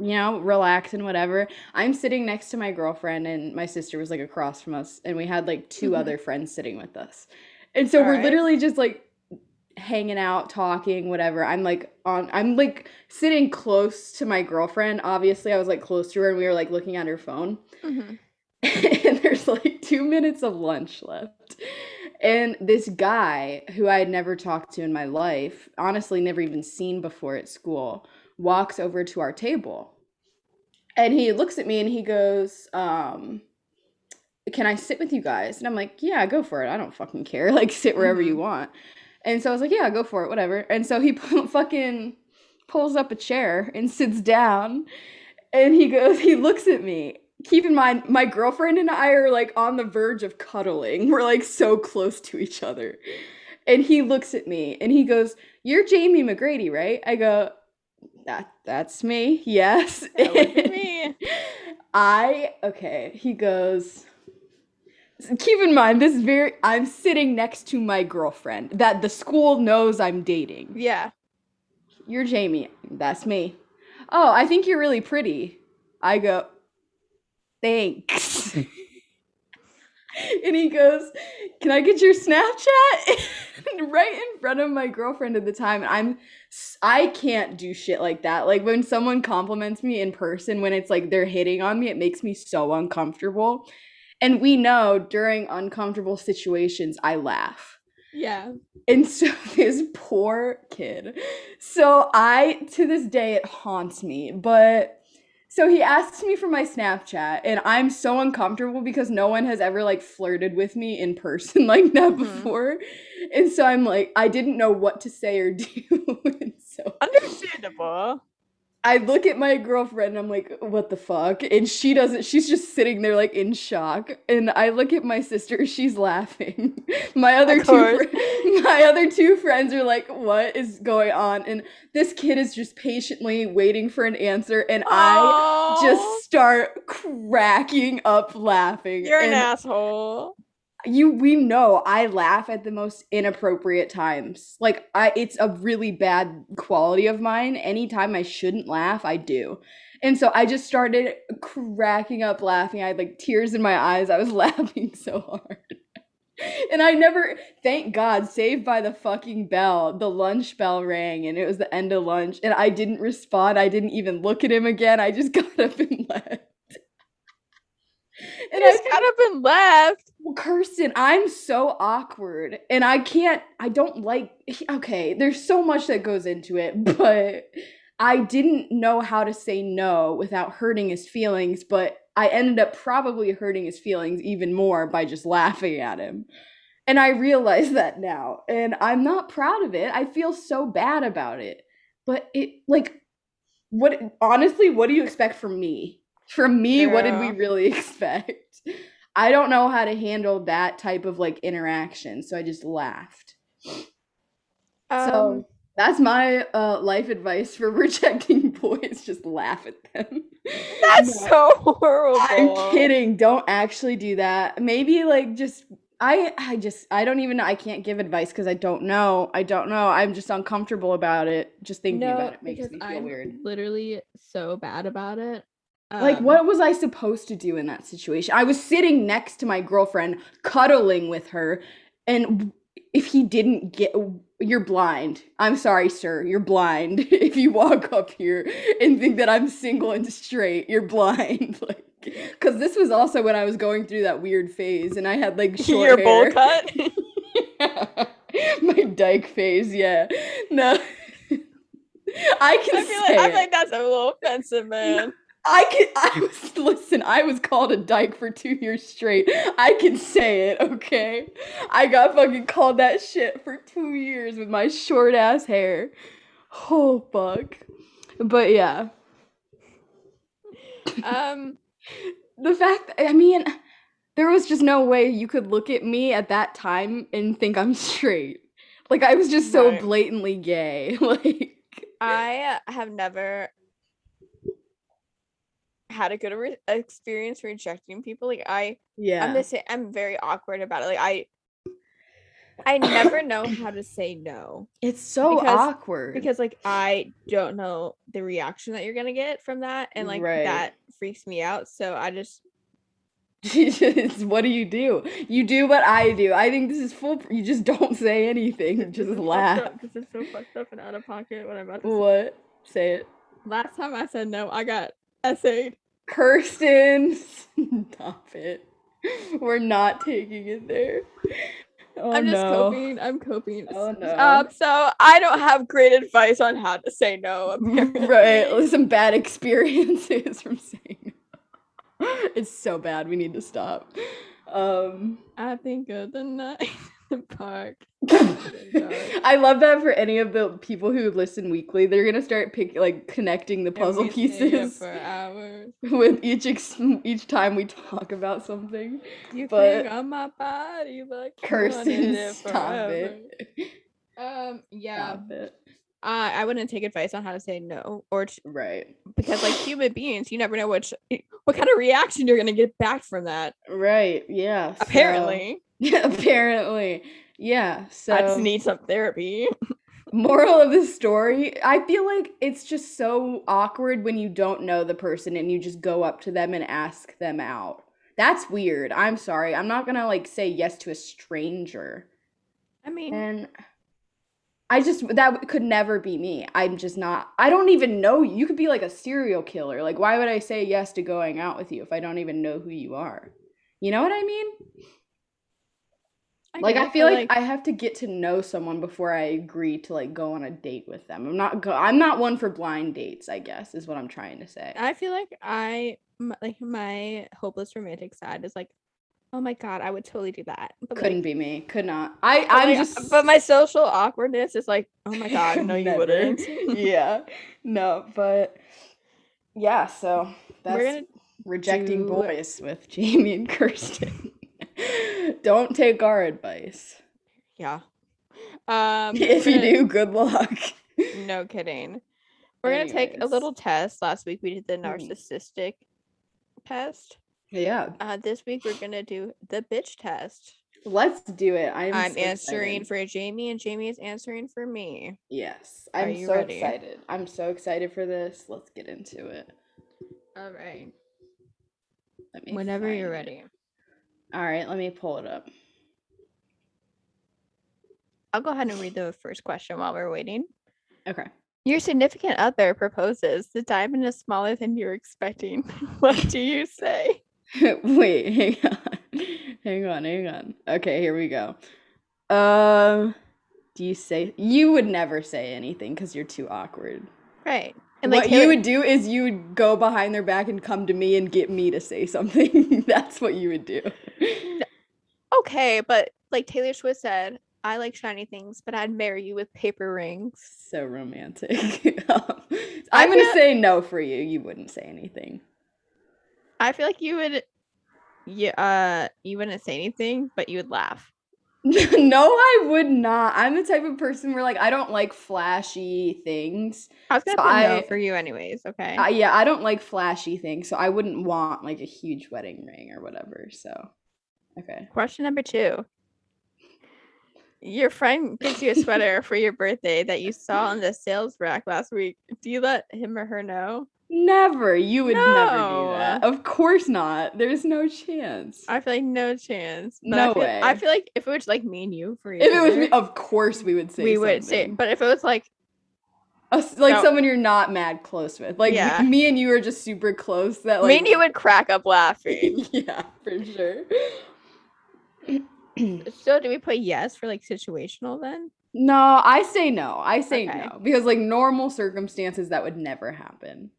[SPEAKER 3] you know, relaxing, whatever. I'm sitting next to my girlfriend, and my sister was like across from us, and we had like 2
[SPEAKER 2] Mhm.
[SPEAKER 3] other friends sitting with us. And so
[SPEAKER 4] All
[SPEAKER 3] we're
[SPEAKER 4] right.
[SPEAKER 3] literally just like hanging out, talking, whatever. I'm like on, I'm like sitting close to my girlfriend. Obviously, I was like close to her, and we were like looking at her phone (laughs)
[SPEAKER 4] Mhm.
[SPEAKER 3] and there's like two minutes of lunch left. And this guy who I had never talked to in my life, honestly, never even seen before at school, walks over to our table. And he looks at me and he goes, um, Can I sit with you guys? And I'm like, Yeah, go for it. I don't fucking care. (laughs) Like, sit wherever you want. And so I was like, Yeah, go for it. Whatever. And so he (laughs) pu- fucking pulls up a chair and sits down. And he goes, he looks at me. Keep in mind, my girlfriend and I are like on the verge of cuddling. (laughs) We're like so close to each other. And he looks at me and he goes, You're Jamie McGrady, right? I go, that, That's me. Yes.
[SPEAKER 4] (laughs) Yeah,
[SPEAKER 3] (laughs)
[SPEAKER 4] look at me.
[SPEAKER 3] I, okay. He goes, Keep in mind, this very, I'm sitting next to my girlfriend that the school knows I'm dating.
[SPEAKER 4] Yeah.
[SPEAKER 3] You're Jamie. That's me. Oh, I think you're really pretty. I go, thanks. (laughs) and he goes, Can I get your Snapchat? (laughs) And right in front of my girlfriend at the time. And I'm, s- I can't do shit like that. Like when someone compliments me in person, when it's like they're hitting on me, it makes me so uncomfortable. And we know during uncomfortable situations, I laugh.
[SPEAKER 4] Yeah.
[SPEAKER 3] And so (laughs) this poor kid. So I to this day it haunts me, but so he asks me for my Snapchat and I'm so uncomfortable because no one has ever like flirted with me in person (laughs) like that
[SPEAKER 4] Mhm.
[SPEAKER 3] before. And so I'm like I didn't know what to say or (laughs) do. and so
[SPEAKER 4] Understandable.
[SPEAKER 3] I look at my girlfriend and I'm like, what the fuck? And she doesn't, she's just sitting there like in shock. And I look at my sister, (laughs) she's laughing. (laughs) My other two
[SPEAKER 4] course.
[SPEAKER 3] fri- (laughs) my other two friends are like, what is going on? And this kid is just patiently waiting for an answer. And I
[SPEAKER 4] Oh,
[SPEAKER 3] just start cracking up laughing.
[SPEAKER 4] You're an
[SPEAKER 3] And
[SPEAKER 4] asshole.
[SPEAKER 3] you we know I laugh at the most inappropriate times. Like I it's a really bad quality of mine. Anytime I shouldn't laugh, I do. And so I just started cracking up laughing. I had like tears in my eyes. I was (laughs) laughing so hard. And I never, thank God, saved by the fucking bell. The lunch bell rang and it was the end of lunch. And I didn't respond. I didn't even look at him again. I just (laughs) got up and left. And
[SPEAKER 4] You just got up and left.
[SPEAKER 3] well, Kirsten, I'm so awkward and I can't, I don't like, okay, there's so much that goes into it, (laughs) but I didn't know how to say no without hurting his feelings, but I ended up probably hurting his feelings even more by just laughing at him. And I realize (laughs) that now, and I'm not proud of it. I feel so bad about it. But it, like, what, honestly, what do you expect from me? From me, what did we
[SPEAKER 4] Yeah.
[SPEAKER 3] really (laughs) expect? I don't know how to handle that type of like interaction, so I just laughed.
[SPEAKER 4] Um,
[SPEAKER 3] so that's my uh, life advice for (laughs) rejecting boys: just laugh at them.
[SPEAKER 4] that's
[SPEAKER 3] No,
[SPEAKER 4] so (laughs) horrible.
[SPEAKER 3] I'm kidding. Don't actually do that. Maybe like just I I just I don't even know. I can't give advice because I don't know. I don't know. I'm just uncomfortable about it. Just thinking about it makes me
[SPEAKER 5] because
[SPEAKER 3] feel
[SPEAKER 5] I'm
[SPEAKER 3] weird.
[SPEAKER 5] literally so bad about it.
[SPEAKER 3] Like,
[SPEAKER 5] Um,
[SPEAKER 3] what was I supposed to do in that situation? I was sitting next to my girlfriend, cuddling with her, and w- if he didn't get, you're blind. I'm sorry, sir. You're blind. (laughs) if you walk up here and think that I'm single and straight, you're blind. (laughs) like, because this was also when I was going through that weird phase, and I had
[SPEAKER 4] (laughs)
[SPEAKER 3] like short
[SPEAKER 4] Your
[SPEAKER 3] hair.
[SPEAKER 4] bowl cut. (laughs)
[SPEAKER 3] (laughs) my dyke phase, yeah. No. (laughs) I can (laughs) say
[SPEAKER 4] I feel like
[SPEAKER 3] it.
[SPEAKER 4] I feel like that's a little offensive, man.
[SPEAKER 3] I can I was listen, I was called a dyke for two years straight. I can say it, okay? I got fucking called that shit for two years with my short ass hair. Oh fuck. But yeah.
[SPEAKER 4] (laughs) Um,
[SPEAKER 3] The fact I mean, there was just no way you could look at me at that time and think I'm straight. Like I was just so
[SPEAKER 4] Right.
[SPEAKER 3] blatantly gay. (laughs) Like
[SPEAKER 4] I have never had a good re- experience rejecting people. Like I,
[SPEAKER 3] yeah.
[SPEAKER 4] I'm the same. I'm very awkward about it. Like I, I
[SPEAKER 3] (coughs)
[SPEAKER 4] never know how to say no
[SPEAKER 3] It's so
[SPEAKER 4] Because-
[SPEAKER 3] awkward.
[SPEAKER 4] because like I don't know the reaction that you're gonna get from that, and like
[SPEAKER 3] Right.
[SPEAKER 4] that freaks me out. So I just
[SPEAKER 3] (laughs) It's- what do you do? You do what I do. I think this is full. You just don't (laughs) say anything. Just laugh.
[SPEAKER 4] This is so fucked up and out of pocket. What I'm about to
[SPEAKER 3] What? Say it.
[SPEAKER 4] say. Last time I said no, I got essayed.
[SPEAKER 3] Kirsten, (laughs) stop it. We're not taking it there. Oh,
[SPEAKER 4] I'm just
[SPEAKER 3] no.
[SPEAKER 4] coping. I'm coping.
[SPEAKER 3] Oh, no.
[SPEAKER 4] Um, so I don't have great advice on how to say
[SPEAKER 3] (laughs)
[SPEAKER 4] no. apparently.
[SPEAKER 3] right. (laughs) Some bad experiences from saying. (laughs) it's so bad. We need to stop. Um. (laughs)
[SPEAKER 4] I think of the night (laughs) in the park.
[SPEAKER 3] I love that for any of the people who listen weekly, they're gonna start pick like connecting the
[SPEAKER 4] and
[SPEAKER 3] puzzle
[SPEAKER 4] we stayed up
[SPEAKER 3] pieces
[SPEAKER 4] for hours.
[SPEAKER 3] (laughs) with each ex- each time we talk about something.
[SPEAKER 4] You
[SPEAKER 3] But-
[SPEAKER 4] cling on my body like you wanted
[SPEAKER 3] Kirsten, (laughs)
[SPEAKER 4] it
[SPEAKER 3] stop
[SPEAKER 4] forever.
[SPEAKER 3] it.
[SPEAKER 4] Um, yeah,
[SPEAKER 3] Stop it.
[SPEAKER 4] I I wouldn't take advice on how to say no, or to,
[SPEAKER 3] Right.
[SPEAKER 4] because like human beings, you never know which what kind of reaction you're gonna get back from that.
[SPEAKER 3] Right. Yeah. so-
[SPEAKER 4] Apparently,
[SPEAKER 3] (laughs) apparently. Yeah. So
[SPEAKER 4] I just need some therapy.
[SPEAKER 3] moral of the story i feel like it's just so awkward when you don't know the person and you just go up to them and ask them out that's weird i'm sorry i'm not gonna like say yes to a stranger
[SPEAKER 4] I mean,
[SPEAKER 3] and i just that could never be me i'm just not i don't even know you You could be like a serial killer like why would i say yes to going out with you if i don't even know who you are you know what i mean like
[SPEAKER 4] get it,
[SPEAKER 3] I feel
[SPEAKER 4] but,
[SPEAKER 3] like, I have to get to know someone before I agree to like go on a date with them. I'm not go- I'm not one for blind dates, I guess is what I'm trying to say.
[SPEAKER 4] I feel like I m- like my hopeless romantic side is like, oh my god, I would totally do that. But
[SPEAKER 3] Couldn't
[SPEAKER 4] like,
[SPEAKER 3] be me. Could not. I
[SPEAKER 4] but,
[SPEAKER 3] I'm
[SPEAKER 4] like,
[SPEAKER 3] just
[SPEAKER 4] (laughs) but my social awkwardness is like, oh my god, no,
[SPEAKER 3] (laughs)
[SPEAKER 4] you
[SPEAKER 3] Never.
[SPEAKER 4] wouldn't.
[SPEAKER 3] (laughs) yeah. No, but yeah, so that's
[SPEAKER 4] We're gonna
[SPEAKER 3] rejecting
[SPEAKER 4] do-
[SPEAKER 3] boys with Jamie and Kirsten. (laughs) Don't take our advice. (laughs)
[SPEAKER 4] yeah. Um,
[SPEAKER 3] if
[SPEAKER 4] we're
[SPEAKER 3] you
[SPEAKER 4] gonna-
[SPEAKER 3] do, good luck. (laughs)
[SPEAKER 4] (laughs) No kidding. We're going to take a
[SPEAKER 3] Anyways.
[SPEAKER 4] little test. Last week we did the
[SPEAKER 3] Mhm.
[SPEAKER 4] narcissistic test.
[SPEAKER 3] yeah,
[SPEAKER 4] Uh, this week we're going to do the bitch test.
[SPEAKER 3] let's do it. I'm,
[SPEAKER 4] I'm
[SPEAKER 3] so
[SPEAKER 4] answering
[SPEAKER 3] excited.
[SPEAKER 4] for Jamie and Jamie is answering for me.
[SPEAKER 3] Yes,
[SPEAKER 4] Are
[SPEAKER 3] I'm
[SPEAKER 4] you
[SPEAKER 3] so
[SPEAKER 4] ready?
[SPEAKER 3] excited. I'm so excited for this. Let's get into it.
[SPEAKER 5] All right.
[SPEAKER 3] Let me
[SPEAKER 5] Whenever you're
[SPEAKER 3] find it.
[SPEAKER 5] ready.
[SPEAKER 3] All right, let me pull it up.
[SPEAKER 4] I'll go ahead and read the first question while we're waiting.
[SPEAKER 3] Okay. (laughs)
[SPEAKER 4] Your significant other proposes. The diamond is smaller than you're expecting. (laughs) what do you say?
[SPEAKER 3] Wait, hang on. (laughs) Hang on, hang on. Okay, here we go. Um, do you say you would never say anything because you're too awkward?
[SPEAKER 4] Right.
[SPEAKER 3] what
[SPEAKER 4] Haley-
[SPEAKER 3] you would do is you would go behind their back and come to me and get me to say something. (laughs) That's what you would do.
[SPEAKER 4] okay, but like Taylor Swift said, I like shiny things, but I'd marry you with paper rings.
[SPEAKER 3] So romantic. (laughs) Um,
[SPEAKER 4] I
[SPEAKER 3] I'm gonna
[SPEAKER 4] feel-
[SPEAKER 3] say no for you. You wouldn't say anything.
[SPEAKER 4] I feel like you would yeah uh you wouldn't say anything, but you would laugh.
[SPEAKER 3] (laughs) no, I would not. I'm the type of person where like I don't like flashy things.
[SPEAKER 4] I was gonna
[SPEAKER 3] So
[SPEAKER 4] put
[SPEAKER 3] I-
[SPEAKER 4] no for you anyways, okay?
[SPEAKER 3] I, yeah, I don't like flashy things, so I wouldn't want like a huge wedding ring or whatever. So, okay.
[SPEAKER 4] Question number two. Your friend gives you a sweater for your birthday that you saw on the sales rack last week. Do you let him or her know?
[SPEAKER 3] Never. You would never do
[SPEAKER 4] No.
[SPEAKER 3] that. Of course not. There's no chance.
[SPEAKER 4] I feel like no chance. but I
[SPEAKER 3] No
[SPEAKER 4] feel, I
[SPEAKER 3] way.
[SPEAKER 4] feel like if it was like me and you for
[SPEAKER 3] if
[SPEAKER 4] each
[SPEAKER 3] it was
[SPEAKER 4] other,
[SPEAKER 3] me, of course we would say
[SPEAKER 4] we would say.
[SPEAKER 3] something.
[SPEAKER 4] But if it was like
[SPEAKER 3] Us- like
[SPEAKER 4] No.
[SPEAKER 3] someone you're not mad close with. Like
[SPEAKER 4] Yeah.
[SPEAKER 3] (laughs) me and you are just super close that like (laughs)
[SPEAKER 4] me and you would crack up laughing.
[SPEAKER 3] yeah, for sure. (clears throat)
[SPEAKER 4] so do we put yes for like situational then?
[SPEAKER 3] No, I say no. I say
[SPEAKER 4] Okay.
[SPEAKER 3] no because like normal circumstances that would never happen.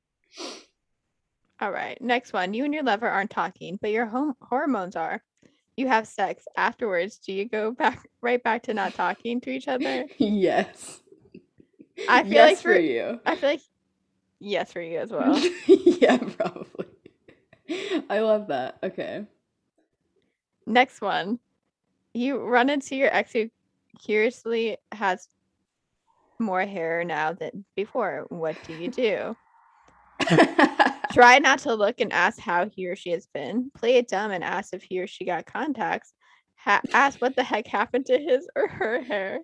[SPEAKER 4] All right, next one. You and your lover aren't talking, but your home hormones are. You have sex afterwards. Do you go back right back to not talking to each other?
[SPEAKER 3] (laughs) yes.
[SPEAKER 4] I feel
[SPEAKER 3] yes
[SPEAKER 4] like
[SPEAKER 3] for
[SPEAKER 4] for-
[SPEAKER 3] you.
[SPEAKER 4] I feel like yes for you
[SPEAKER 3] (laughs)
[SPEAKER 4] as well.
[SPEAKER 3] yeah, probably. (laughs) I love that.
[SPEAKER 4] (laughs)
[SPEAKER 3] Okay.
[SPEAKER 4] next one. You run into your ex who curiously has more hair now than before. What do you do? Try not to look and ask how he or she has been. Play it dumb and ask if he or she got contacts. ha- asked what the heck happened to his or her hair.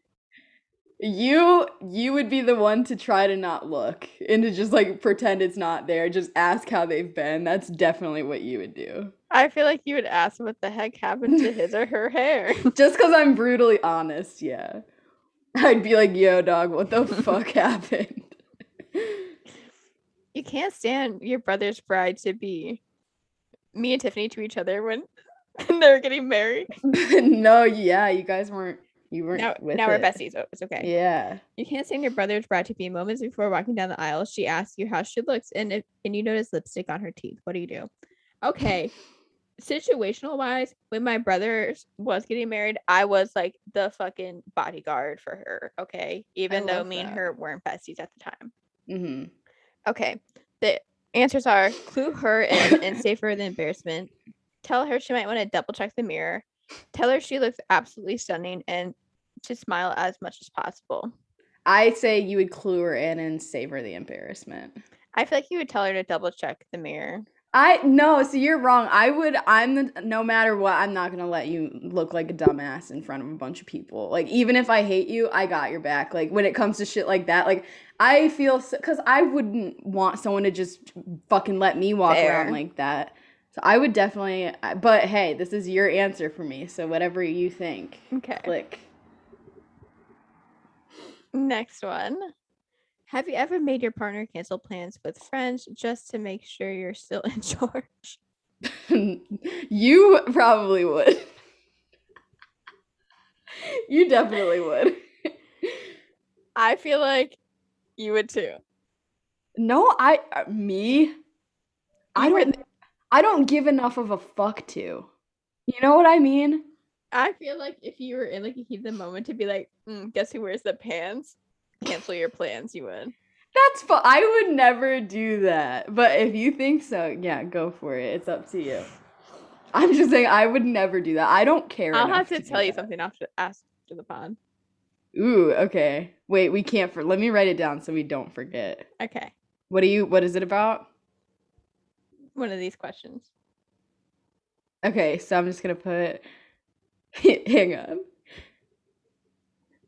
[SPEAKER 3] You you would be the one to try to not look and to just like pretend it's not there. Just ask how they've been. That's definitely what you would do.
[SPEAKER 4] I feel like you would ask what the heck happened to his or
[SPEAKER 3] (laughs)
[SPEAKER 4] her hair.
[SPEAKER 3] Just cuz I'm brutally honest, yeah. I'd be like, "Yo, dog, what
[SPEAKER 4] (laughs)
[SPEAKER 3] the fuck happened?"
[SPEAKER 4] You can't stand your brother's bride to be. Me and Tiffany to each other when (laughs) they were getting married.
[SPEAKER 3] (laughs) no, yeah, you guys weren't you weren't
[SPEAKER 4] Now,
[SPEAKER 3] with
[SPEAKER 4] now we're
[SPEAKER 3] it.
[SPEAKER 4] besties. Oh, it's okay.
[SPEAKER 3] Yeah.
[SPEAKER 4] You can't stand your brother's bride to be. Moments before walking down the aisle, she asks you how she looks, and if and you notice lipstick on her teeth. What do you do?
[SPEAKER 5] Okay.
[SPEAKER 4] Situational wise, when my brother was getting married, I was like the fucking bodyguard for her. Okay, even though
[SPEAKER 3] love
[SPEAKER 4] me
[SPEAKER 3] that.
[SPEAKER 4] and her weren't besties at the time.
[SPEAKER 3] Mhm.
[SPEAKER 4] Okay. The answers are clue her in and save her the embarrassment. Tell her she might want to double check the mirror. Tell her she looks absolutely stunning and to smile as much as possible.
[SPEAKER 3] I say you would clue her in and savor the embarrassment.
[SPEAKER 4] I feel like you would tell her to double check the mirror.
[SPEAKER 3] I no, so you're wrong. I would I'm the no matter what, I'm not gonna let you look like a dumbass in front of a bunch of people. Like even if I hate you, I got your back. Like when it comes to shit like that, like I feel because I wouldn't want someone to just fucking let me walk
[SPEAKER 4] Fair.
[SPEAKER 3] around like that. So I would definitely. I- But hey, this is your answer for me. So whatever you think,
[SPEAKER 4] Okay.
[SPEAKER 3] click.
[SPEAKER 4] Next one. Have you ever made your partner cancel plans with friends just to make sure you're still (laughs) in charge?
[SPEAKER 3] you probably would. you definitely would.
[SPEAKER 4] I feel like you would too.
[SPEAKER 3] No, I uh, me. I
[SPEAKER 4] You were
[SPEAKER 3] don't. I don't give enough of a fuck to. You know what I mean?
[SPEAKER 4] I feel like if you were in like a heat of the moment to be like, mm, guess who wears the pants? Cancel your plans, you would.
[SPEAKER 3] That's. Fu- I would never do that. But if you think so, yeah, go for it. It's up to you. I'm just saying, I would never do that. I don't care.
[SPEAKER 4] I'll
[SPEAKER 3] enough
[SPEAKER 4] have to,
[SPEAKER 3] do
[SPEAKER 4] tell you
[SPEAKER 3] that.
[SPEAKER 4] something after after the pod.
[SPEAKER 3] Ooh, okay. Wait, we can't. For- Let me write it down so we don't forget.
[SPEAKER 4] Okay,
[SPEAKER 3] What do you? What is it about?
[SPEAKER 4] one of these questions.
[SPEAKER 3] Okay, so I'm just gonna put. (laughs) Hang on.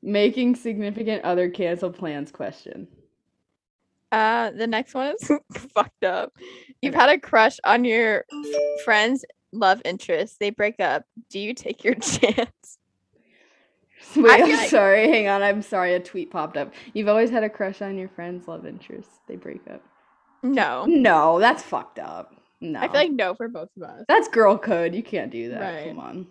[SPEAKER 3] Making significant other cancel plans question. (laughs)
[SPEAKER 4] Uh, the next one is (laughs) fucked up. You've had a crush on your f- friend's love interest. They break up. Do you take your (laughs) chance?
[SPEAKER 3] Wait,
[SPEAKER 4] feel
[SPEAKER 3] I'm
[SPEAKER 4] like-
[SPEAKER 3] sorry. Hang on. I'm sorry. A tweet popped up. You've always had a crush on your friend's love interest. They break up.
[SPEAKER 4] No.
[SPEAKER 3] No, that's fucked up. No.
[SPEAKER 4] I feel like no for both of us.
[SPEAKER 3] that's girl code. You can't do that.
[SPEAKER 5] Right.
[SPEAKER 3] Come on.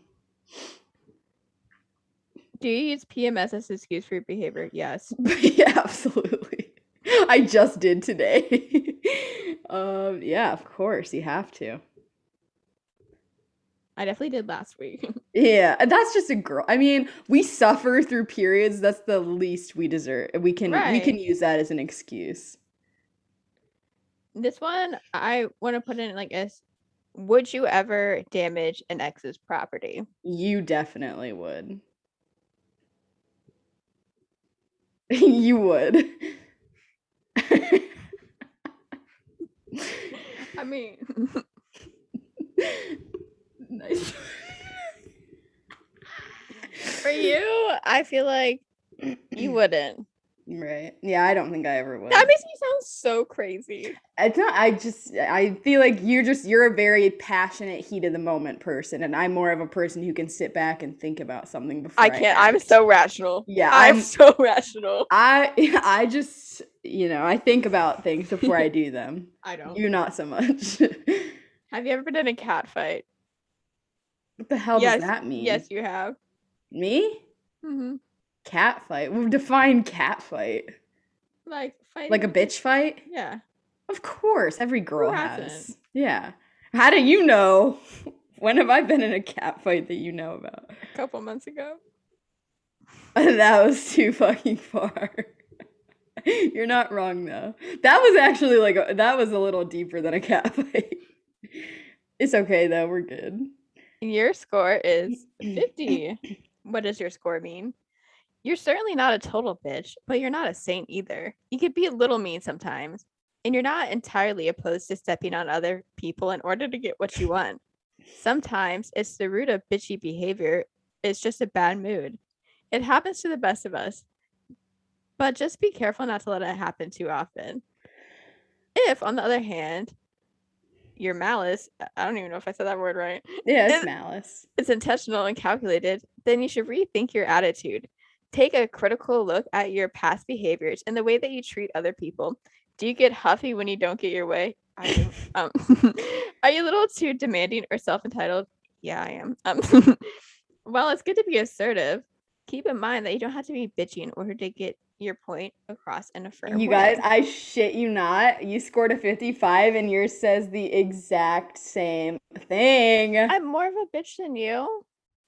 [SPEAKER 3] (laughs)
[SPEAKER 4] Do you use PMS as an excuse for your behavior? Yes.
[SPEAKER 3] yeah, absolutely. (laughs) I just did today. (laughs) um, yeah, of course. You have to.
[SPEAKER 4] I definitely did last week. (laughs)
[SPEAKER 3] Yeah, and that's just a girl. I mean, we suffer through periods. That's the least we deserve. We can we
[SPEAKER 4] Right.
[SPEAKER 3] can use that as an excuse.
[SPEAKER 4] this one I want to put in like as would you ever damage an ex's property?
[SPEAKER 3] You definitely would. (laughs) You would.
[SPEAKER 4] I mean, (laughs)
[SPEAKER 3] (laughs) Nice.
[SPEAKER 4] for you, I feel like you (clears throat) wouldn't.
[SPEAKER 3] Right. Yeah, I don't think I ever would.
[SPEAKER 4] That makes me sound so crazy.
[SPEAKER 3] It's not, I just, I feel like you're just, you're a very passionate, heat of the moment person, and I'm more of a person who can sit back and think about something before
[SPEAKER 4] I can't. I'm
[SPEAKER 3] act.
[SPEAKER 4] so rational.
[SPEAKER 3] Yeah,
[SPEAKER 4] I'm,
[SPEAKER 3] I'm-
[SPEAKER 4] (laughs) so rational.
[SPEAKER 3] I, (laughs) I just, you know, I think about things before I do
[SPEAKER 4] (laughs)
[SPEAKER 3] them.
[SPEAKER 5] I don't.
[SPEAKER 3] You not so much. (laughs)
[SPEAKER 4] Have you ever been in a cat fight?
[SPEAKER 3] What the hell
[SPEAKER 4] Yes,
[SPEAKER 3] does that mean?
[SPEAKER 4] Yes, you have.
[SPEAKER 3] Me?
[SPEAKER 4] hmm
[SPEAKER 3] Cat fight. We've defined cat fight.
[SPEAKER 4] Like fight
[SPEAKER 3] Like a bitch fight?
[SPEAKER 4] Yeah.
[SPEAKER 3] Of course. Every girl has.
[SPEAKER 4] hasn't?
[SPEAKER 3] Yeah. How do you know? (laughs) When have I been in a cat fight that you know about?
[SPEAKER 4] A couple months ago.
[SPEAKER 3] (laughs) that was too fucking far. (laughs) You're not wrong though. That was actually like a, that was a little deeper than a cat (laughs) fight. it's okay though. We're good. Mm.
[SPEAKER 4] Your score is 50. what does your score mean? You're certainly not a total bitch, but you're not a saint either. You could be a little mean sometimes, and you're not entirely opposed to stepping on other people in order to get what you want. Sometimes it's the root of bitchy behavior it's just a bad mood. It happens to the best of us, but just be careful not to let it happen too often. If, on the other hand, your malice, I- I don't even know if I said that word right,
[SPEAKER 3] Yeah, it's
[SPEAKER 4] It-
[SPEAKER 3] malice.
[SPEAKER 4] it's intentional and calculated, then you should rethink your attitude. Take a critical look at your past behaviors and the way that you treat other people. Do you get huffy when you don't get your way? I do.
[SPEAKER 3] (laughs)
[SPEAKER 4] um, (laughs) are you a little too demanding or self entitled? Yeah, I am. Um, (laughs) well, it's good to be assertive. Keep in mind that you don't have to be bitchy in order to get your point across in a firm
[SPEAKER 3] You
[SPEAKER 4] way.
[SPEAKER 3] guys, I shit you not. You scored a 55 and yours says the exact same thing.
[SPEAKER 4] I'm more of a bitch than you.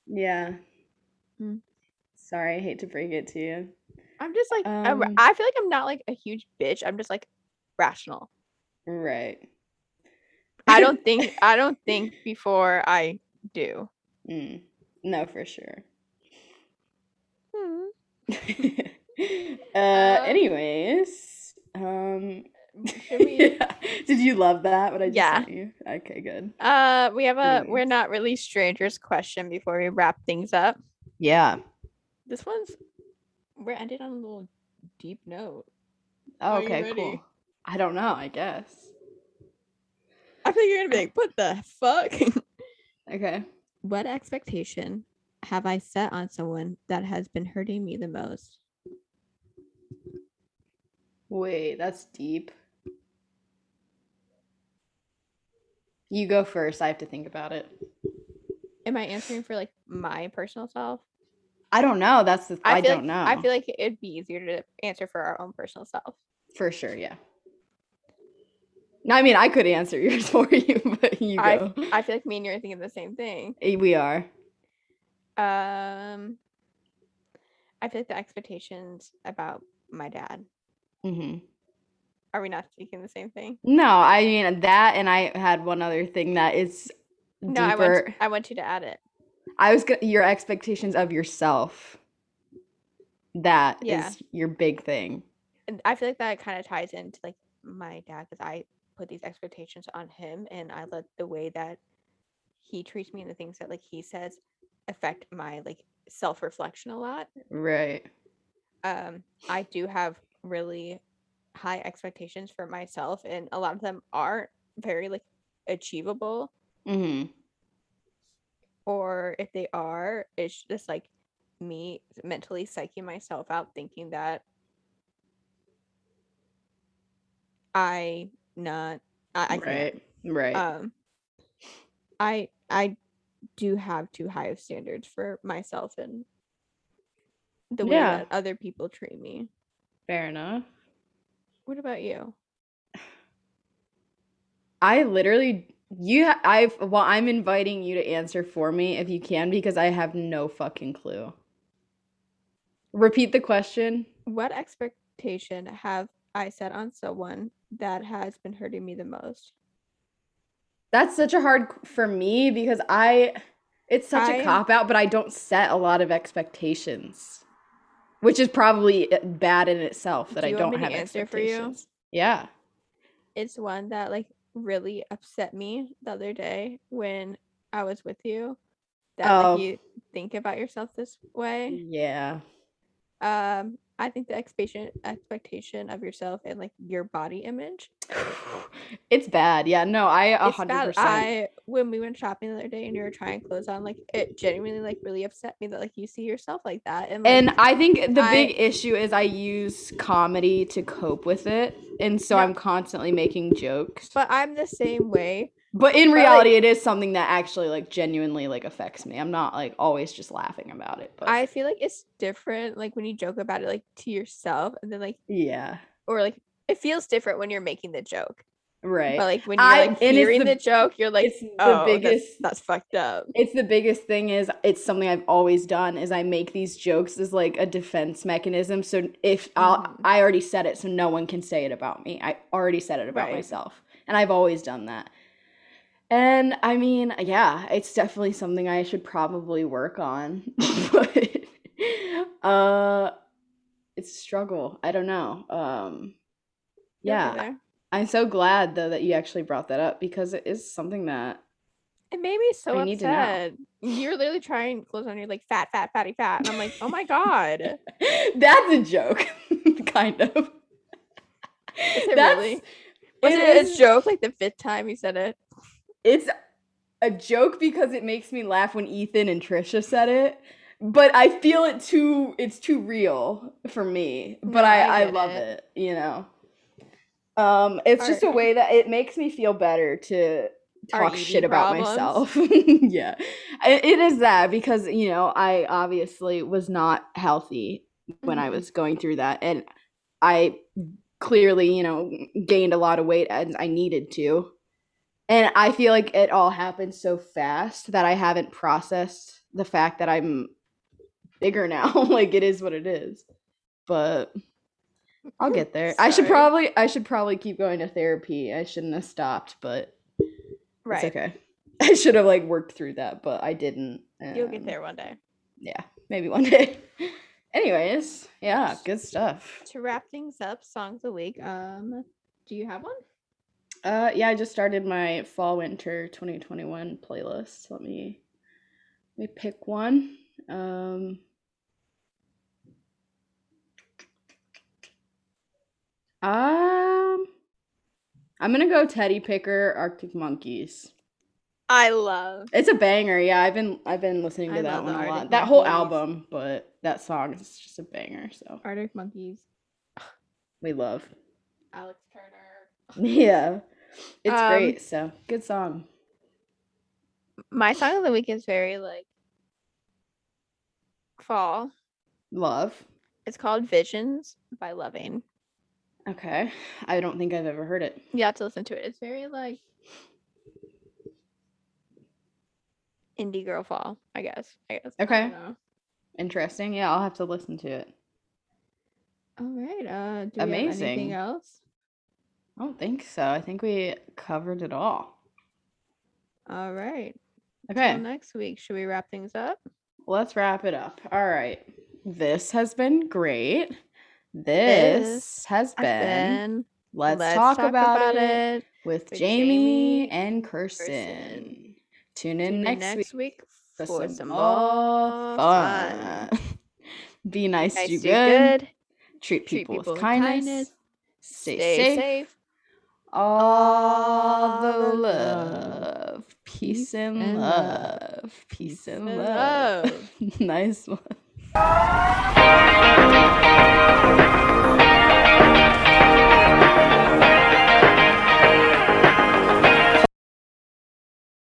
[SPEAKER 3] yeah.
[SPEAKER 4] Mm.
[SPEAKER 3] Sorry, I hate to break it to you.
[SPEAKER 4] I'm just like, a ra-
[SPEAKER 3] Um,
[SPEAKER 4] I feel like I'm not like a huge bitch. I'm just like rational.
[SPEAKER 3] Right.
[SPEAKER 4] (laughs) I don't think I don't think before I do.
[SPEAKER 3] (laughs) Mm. No, for sure.
[SPEAKER 4] Hmm.
[SPEAKER 3] (laughs) uh,
[SPEAKER 4] Um,
[SPEAKER 3] anyways, um, (laughs)
[SPEAKER 4] Should we?
[SPEAKER 3] did you love that? What I just
[SPEAKER 4] Yeah.
[SPEAKER 3] sent you? Okay, good.
[SPEAKER 4] Uh, we have a
[SPEAKER 3] Hmm.
[SPEAKER 4] we're not really strangers question before we wrap things up.
[SPEAKER 6] Yeah.
[SPEAKER 4] This one's we're ended on a little deep note.
[SPEAKER 6] Oh,
[SPEAKER 4] Are you
[SPEAKER 6] okay,
[SPEAKER 4] ready?
[SPEAKER 6] cool.
[SPEAKER 3] I don't know. I guess.
[SPEAKER 4] I think you're gonna be like, what the fuck? (laughs)
[SPEAKER 3] Okay.
[SPEAKER 4] what expectation have I set on someone that has been hurting me the most?
[SPEAKER 3] Wait, that's deep. You go first. I have to think about it.
[SPEAKER 4] Am I answering for like my personal self?
[SPEAKER 3] I don't know. That's the. I,
[SPEAKER 4] feel
[SPEAKER 3] don't
[SPEAKER 4] like,
[SPEAKER 3] know.
[SPEAKER 4] I feel like it'd be easier to answer for our own personal self.
[SPEAKER 3] for sure. Yeah. No, I mean I could answer (laughs) yours for you, but you
[SPEAKER 4] I-
[SPEAKER 3] go.
[SPEAKER 4] I feel like me and you are thinking the same thing.
[SPEAKER 3] Eh, we are.
[SPEAKER 4] Um, I feel like the expectations about my dad.
[SPEAKER 3] hmm
[SPEAKER 4] Are we not speaking the same thing?
[SPEAKER 3] No, I mean that, and I had one other thing that is deeper.
[SPEAKER 4] No, I want I want you to add it.
[SPEAKER 3] I was gonna, your expectations of yourself. That is
[SPEAKER 4] Yeah.
[SPEAKER 3] your big thing.
[SPEAKER 4] And I feel like that kind of ties into like my dad because I put these expectations on him, and I let the way that he treats me and the things that like he says affect my like self reflection a lot.
[SPEAKER 3] Right.
[SPEAKER 4] um I do have really high expectations for myself and a lot of them are very like achievable
[SPEAKER 3] Mm-hmm.
[SPEAKER 4] or if they are it's just like me mentally psyching myself out thinking that I not I, I can't
[SPEAKER 3] Right. Right.
[SPEAKER 4] um i i do have too high of standards for myself and the way
[SPEAKER 3] Yeah.
[SPEAKER 4] that other people treat me
[SPEAKER 3] Fair enough.
[SPEAKER 4] what about you
[SPEAKER 3] I literally you ha- I've well I'm inviting you to answer for me if you can because I have no fucking clue. Repeat the question.
[SPEAKER 4] what expectation have i set on someone that has been hurting me the most
[SPEAKER 3] That's such a hard q- for me because I it's such a
[SPEAKER 4] I-
[SPEAKER 3] cop out but I don't set a lot of expectations. Which is probably uh, bad in itself that
[SPEAKER 4] Do
[SPEAKER 3] I
[SPEAKER 4] you
[SPEAKER 3] don't
[SPEAKER 4] want me to
[SPEAKER 3] have
[SPEAKER 4] answer for you?
[SPEAKER 3] expectations. Yeah.
[SPEAKER 4] it's one that like really upset me the other day when i was with you that
[SPEAKER 3] Oh.
[SPEAKER 4] like, you think about yourself this way
[SPEAKER 3] Yeah. (sighs) Mm.
[SPEAKER 4] um i think the expectation expectation of yourself and like your body image
[SPEAKER 3] It's bad. Yeah. No, I
[SPEAKER 4] it's bad
[SPEAKER 3] 100%.
[SPEAKER 4] i when we went shopping the other day and you were trying clothes on like it genuinely like really upset me that like you see yourself like that and like,
[SPEAKER 3] And I think the
[SPEAKER 4] I-
[SPEAKER 3] big issue is I use comedy to cope with it. And so
[SPEAKER 4] No.
[SPEAKER 3] I'm constantly making jokes. But,
[SPEAKER 4] but i'm the same way
[SPEAKER 3] in
[SPEAKER 4] but, like-
[SPEAKER 3] reality, it is something that actually like genuinely like affects me. I'm not like always just laughing about it. But
[SPEAKER 4] i feel like it's different like when you joke about it like to yourself and then like
[SPEAKER 3] yeah,
[SPEAKER 4] or like it feels different when you're making the joke
[SPEAKER 3] right.
[SPEAKER 4] but like when you're
[SPEAKER 3] I-
[SPEAKER 4] like
[SPEAKER 3] and it's
[SPEAKER 4] hearing
[SPEAKER 3] the-
[SPEAKER 4] the, joke you're like
[SPEAKER 3] it's the
[SPEAKER 4] oh that's-
[SPEAKER 3] biggest-
[SPEAKER 4] that's fucked up
[SPEAKER 3] it's the biggest thing is it's something I've always done is I make these jokes as like a defense mechanism. So if I'll,
[SPEAKER 4] Mhm.
[SPEAKER 3] I already said it, so no one can say it about me. I already said it about
[SPEAKER 4] Right.
[SPEAKER 3] myself, and I've always done that. And I mean, yeah, it's definitely something I should probably work on, (laughs) but uh, it's a struggle. I don't know. Um,
[SPEAKER 4] You'll
[SPEAKER 3] yeah,
[SPEAKER 4] get there.
[SPEAKER 3] I'm so glad though that (laughs) you actually brought that up because it is something that
[SPEAKER 4] It made me so
[SPEAKER 3] I need to know.
[SPEAKER 4] upset. You're literally trying clothes on. You're like fat, fat, fatty, fat, and I'm like,
[SPEAKER 3] (laughs)
[SPEAKER 4] oh my god.
[SPEAKER 3] That's a joke, (laughs) kind of.
[SPEAKER 4] Is it
[SPEAKER 3] That's-
[SPEAKER 4] really? Was it,
[SPEAKER 3] is-
[SPEAKER 4] a joke? Like the fifth time you said it.
[SPEAKER 3] It's a joke because it makes me laugh when Ethan and Trisha said it, but I feel it too. It's too real for me. But
[SPEAKER 4] No,
[SPEAKER 3] I,
[SPEAKER 4] I
[SPEAKER 3] I,
[SPEAKER 4] get
[SPEAKER 3] love
[SPEAKER 4] it.
[SPEAKER 3] it. You know, um, it's
[SPEAKER 4] Our-
[SPEAKER 3] just a way that it makes me feel better to
[SPEAKER 4] Our
[SPEAKER 3] talk
[SPEAKER 4] eating
[SPEAKER 3] shit about
[SPEAKER 4] problems.
[SPEAKER 3] myself. (laughs) yeah, I- it is that because you know I obviously was not healthy when I
[SPEAKER 4] Mhm.
[SPEAKER 3] was going through that, and I clearly you know gained a lot of weight as I needed to. And I feel like it all happened so fast that I haven't processed the fact that I'm bigger now. (laughs) like it is what it is. But I'll get there. I should
[SPEAKER 4] (laughs) Sorry.
[SPEAKER 3] probably I should probably keep going to therapy. I shouldn't have stopped, but
[SPEAKER 4] Right.
[SPEAKER 3] it's okay. (laughs) I should have like worked through that, but I didn't.
[SPEAKER 4] You'll get
[SPEAKER 3] and
[SPEAKER 4] there one day.
[SPEAKER 3] Yeah, maybe one (laughs) day. Anyways, yeah, good stuff.
[SPEAKER 4] To wrap things up, song of the week.
[SPEAKER 5] Um, do you have one?
[SPEAKER 3] Uh, yeah, I just started my fall winter 2021 playlist. Let me let me pick one. Um, um, I'm gonna go Teddy Picker, Arctic Monkeys.
[SPEAKER 4] I love.
[SPEAKER 3] It's a banger. Yeah, I've been I've been listening to
[SPEAKER 4] I
[SPEAKER 3] that
[SPEAKER 4] love the
[SPEAKER 3] one a
[SPEAKER 4] Arctic
[SPEAKER 3] lot. That whole
[SPEAKER 4] Monkeys.
[SPEAKER 3] album, but that song is just a banger. So
[SPEAKER 5] Arctic Monkeys,
[SPEAKER 3] we love. (laughs)
[SPEAKER 5] Alex Turner.
[SPEAKER 3] Yeah, it's
[SPEAKER 4] Um,
[SPEAKER 3] great. So good song.
[SPEAKER 4] My song of the week is very like fall.
[SPEAKER 3] Love.
[SPEAKER 4] It's called Visions by Loving.
[SPEAKER 3] Okay. I don't think I've ever heard it.
[SPEAKER 4] You have to listen to it. It's very
[SPEAKER 5] Very like
[SPEAKER 4] indie girl fall, I guess. I guess.
[SPEAKER 5] I
[SPEAKER 3] Okay.
[SPEAKER 5] don't know.
[SPEAKER 3] Interesting. Yeah, I'll have to listen to it.
[SPEAKER 5] All right. Uh, do we have anything
[SPEAKER 3] Amazing.
[SPEAKER 5] else?
[SPEAKER 3] I don't think so. I think we covered it all.
[SPEAKER 4] All right.
[SPEAKER 3] Okay.
[SPEAKER 4] Till next week, should we wrap things up?
[SPEAKER 3] Let's wrap it up. All right. This has been great. This
[SPEAKER 4] This
[SPEAKER 3] has been,
[SPEAKER 4] Ben,
[SPEAKER 3] Let's, Talk, about, it, with
[SPEAKER 4] with
[SPEAKER 3] Jamie
[SPEAKER 4] Jamie
[SPEAKER 3] and
[SPEAKER 4] Kirsten.
[SPEAKER 3] Kirsten. Tune in
[SPEAKER 4] Tune in
[SPEAKER 3] next, week
[SPEAKER 4] next week
[SPEAKER 3] for,
[SPEAKER 4] for
[SPEAKER 3] some
[SPEAKER 4] some
[SPEAKER 3] more
[SPEAKER 4] more
[SPEAKER 3] fun.
[SPEAKER 4] fun.
[SPEAKER 3] (laughs) Be nice,
[SPEAKER 4] Nice,
[SPEAKER 3] do
[SPEAKER 4] do
[SPEAKER 3] good.
[SPEAKER 4] good.
[SPEAKER 3] Treat
[SPEAKER 4] Treat
[SPEAKER 3] people, with
[SPEAKER 4] people with
[SPEAKER 3] kindness.
[SPEAKER 4] kindness.
[SPEAKER 3] Stay,
[SPEAKER 4] Stay
[SPEAKER 3] safe.
[SPEAKER 4] safe.
[SPEAKER 3] All
[SPEAKER 4] All
[SPEAKER 3] the
[SPEAKER 4] the
[SPEAKER 3] love. Peace and
[SPEAKER 5] and love.
[SPEAKER 3] love. Peace and (laughs)
[SPEAKER 4] and
[SPEAKER 3] love. Nice one.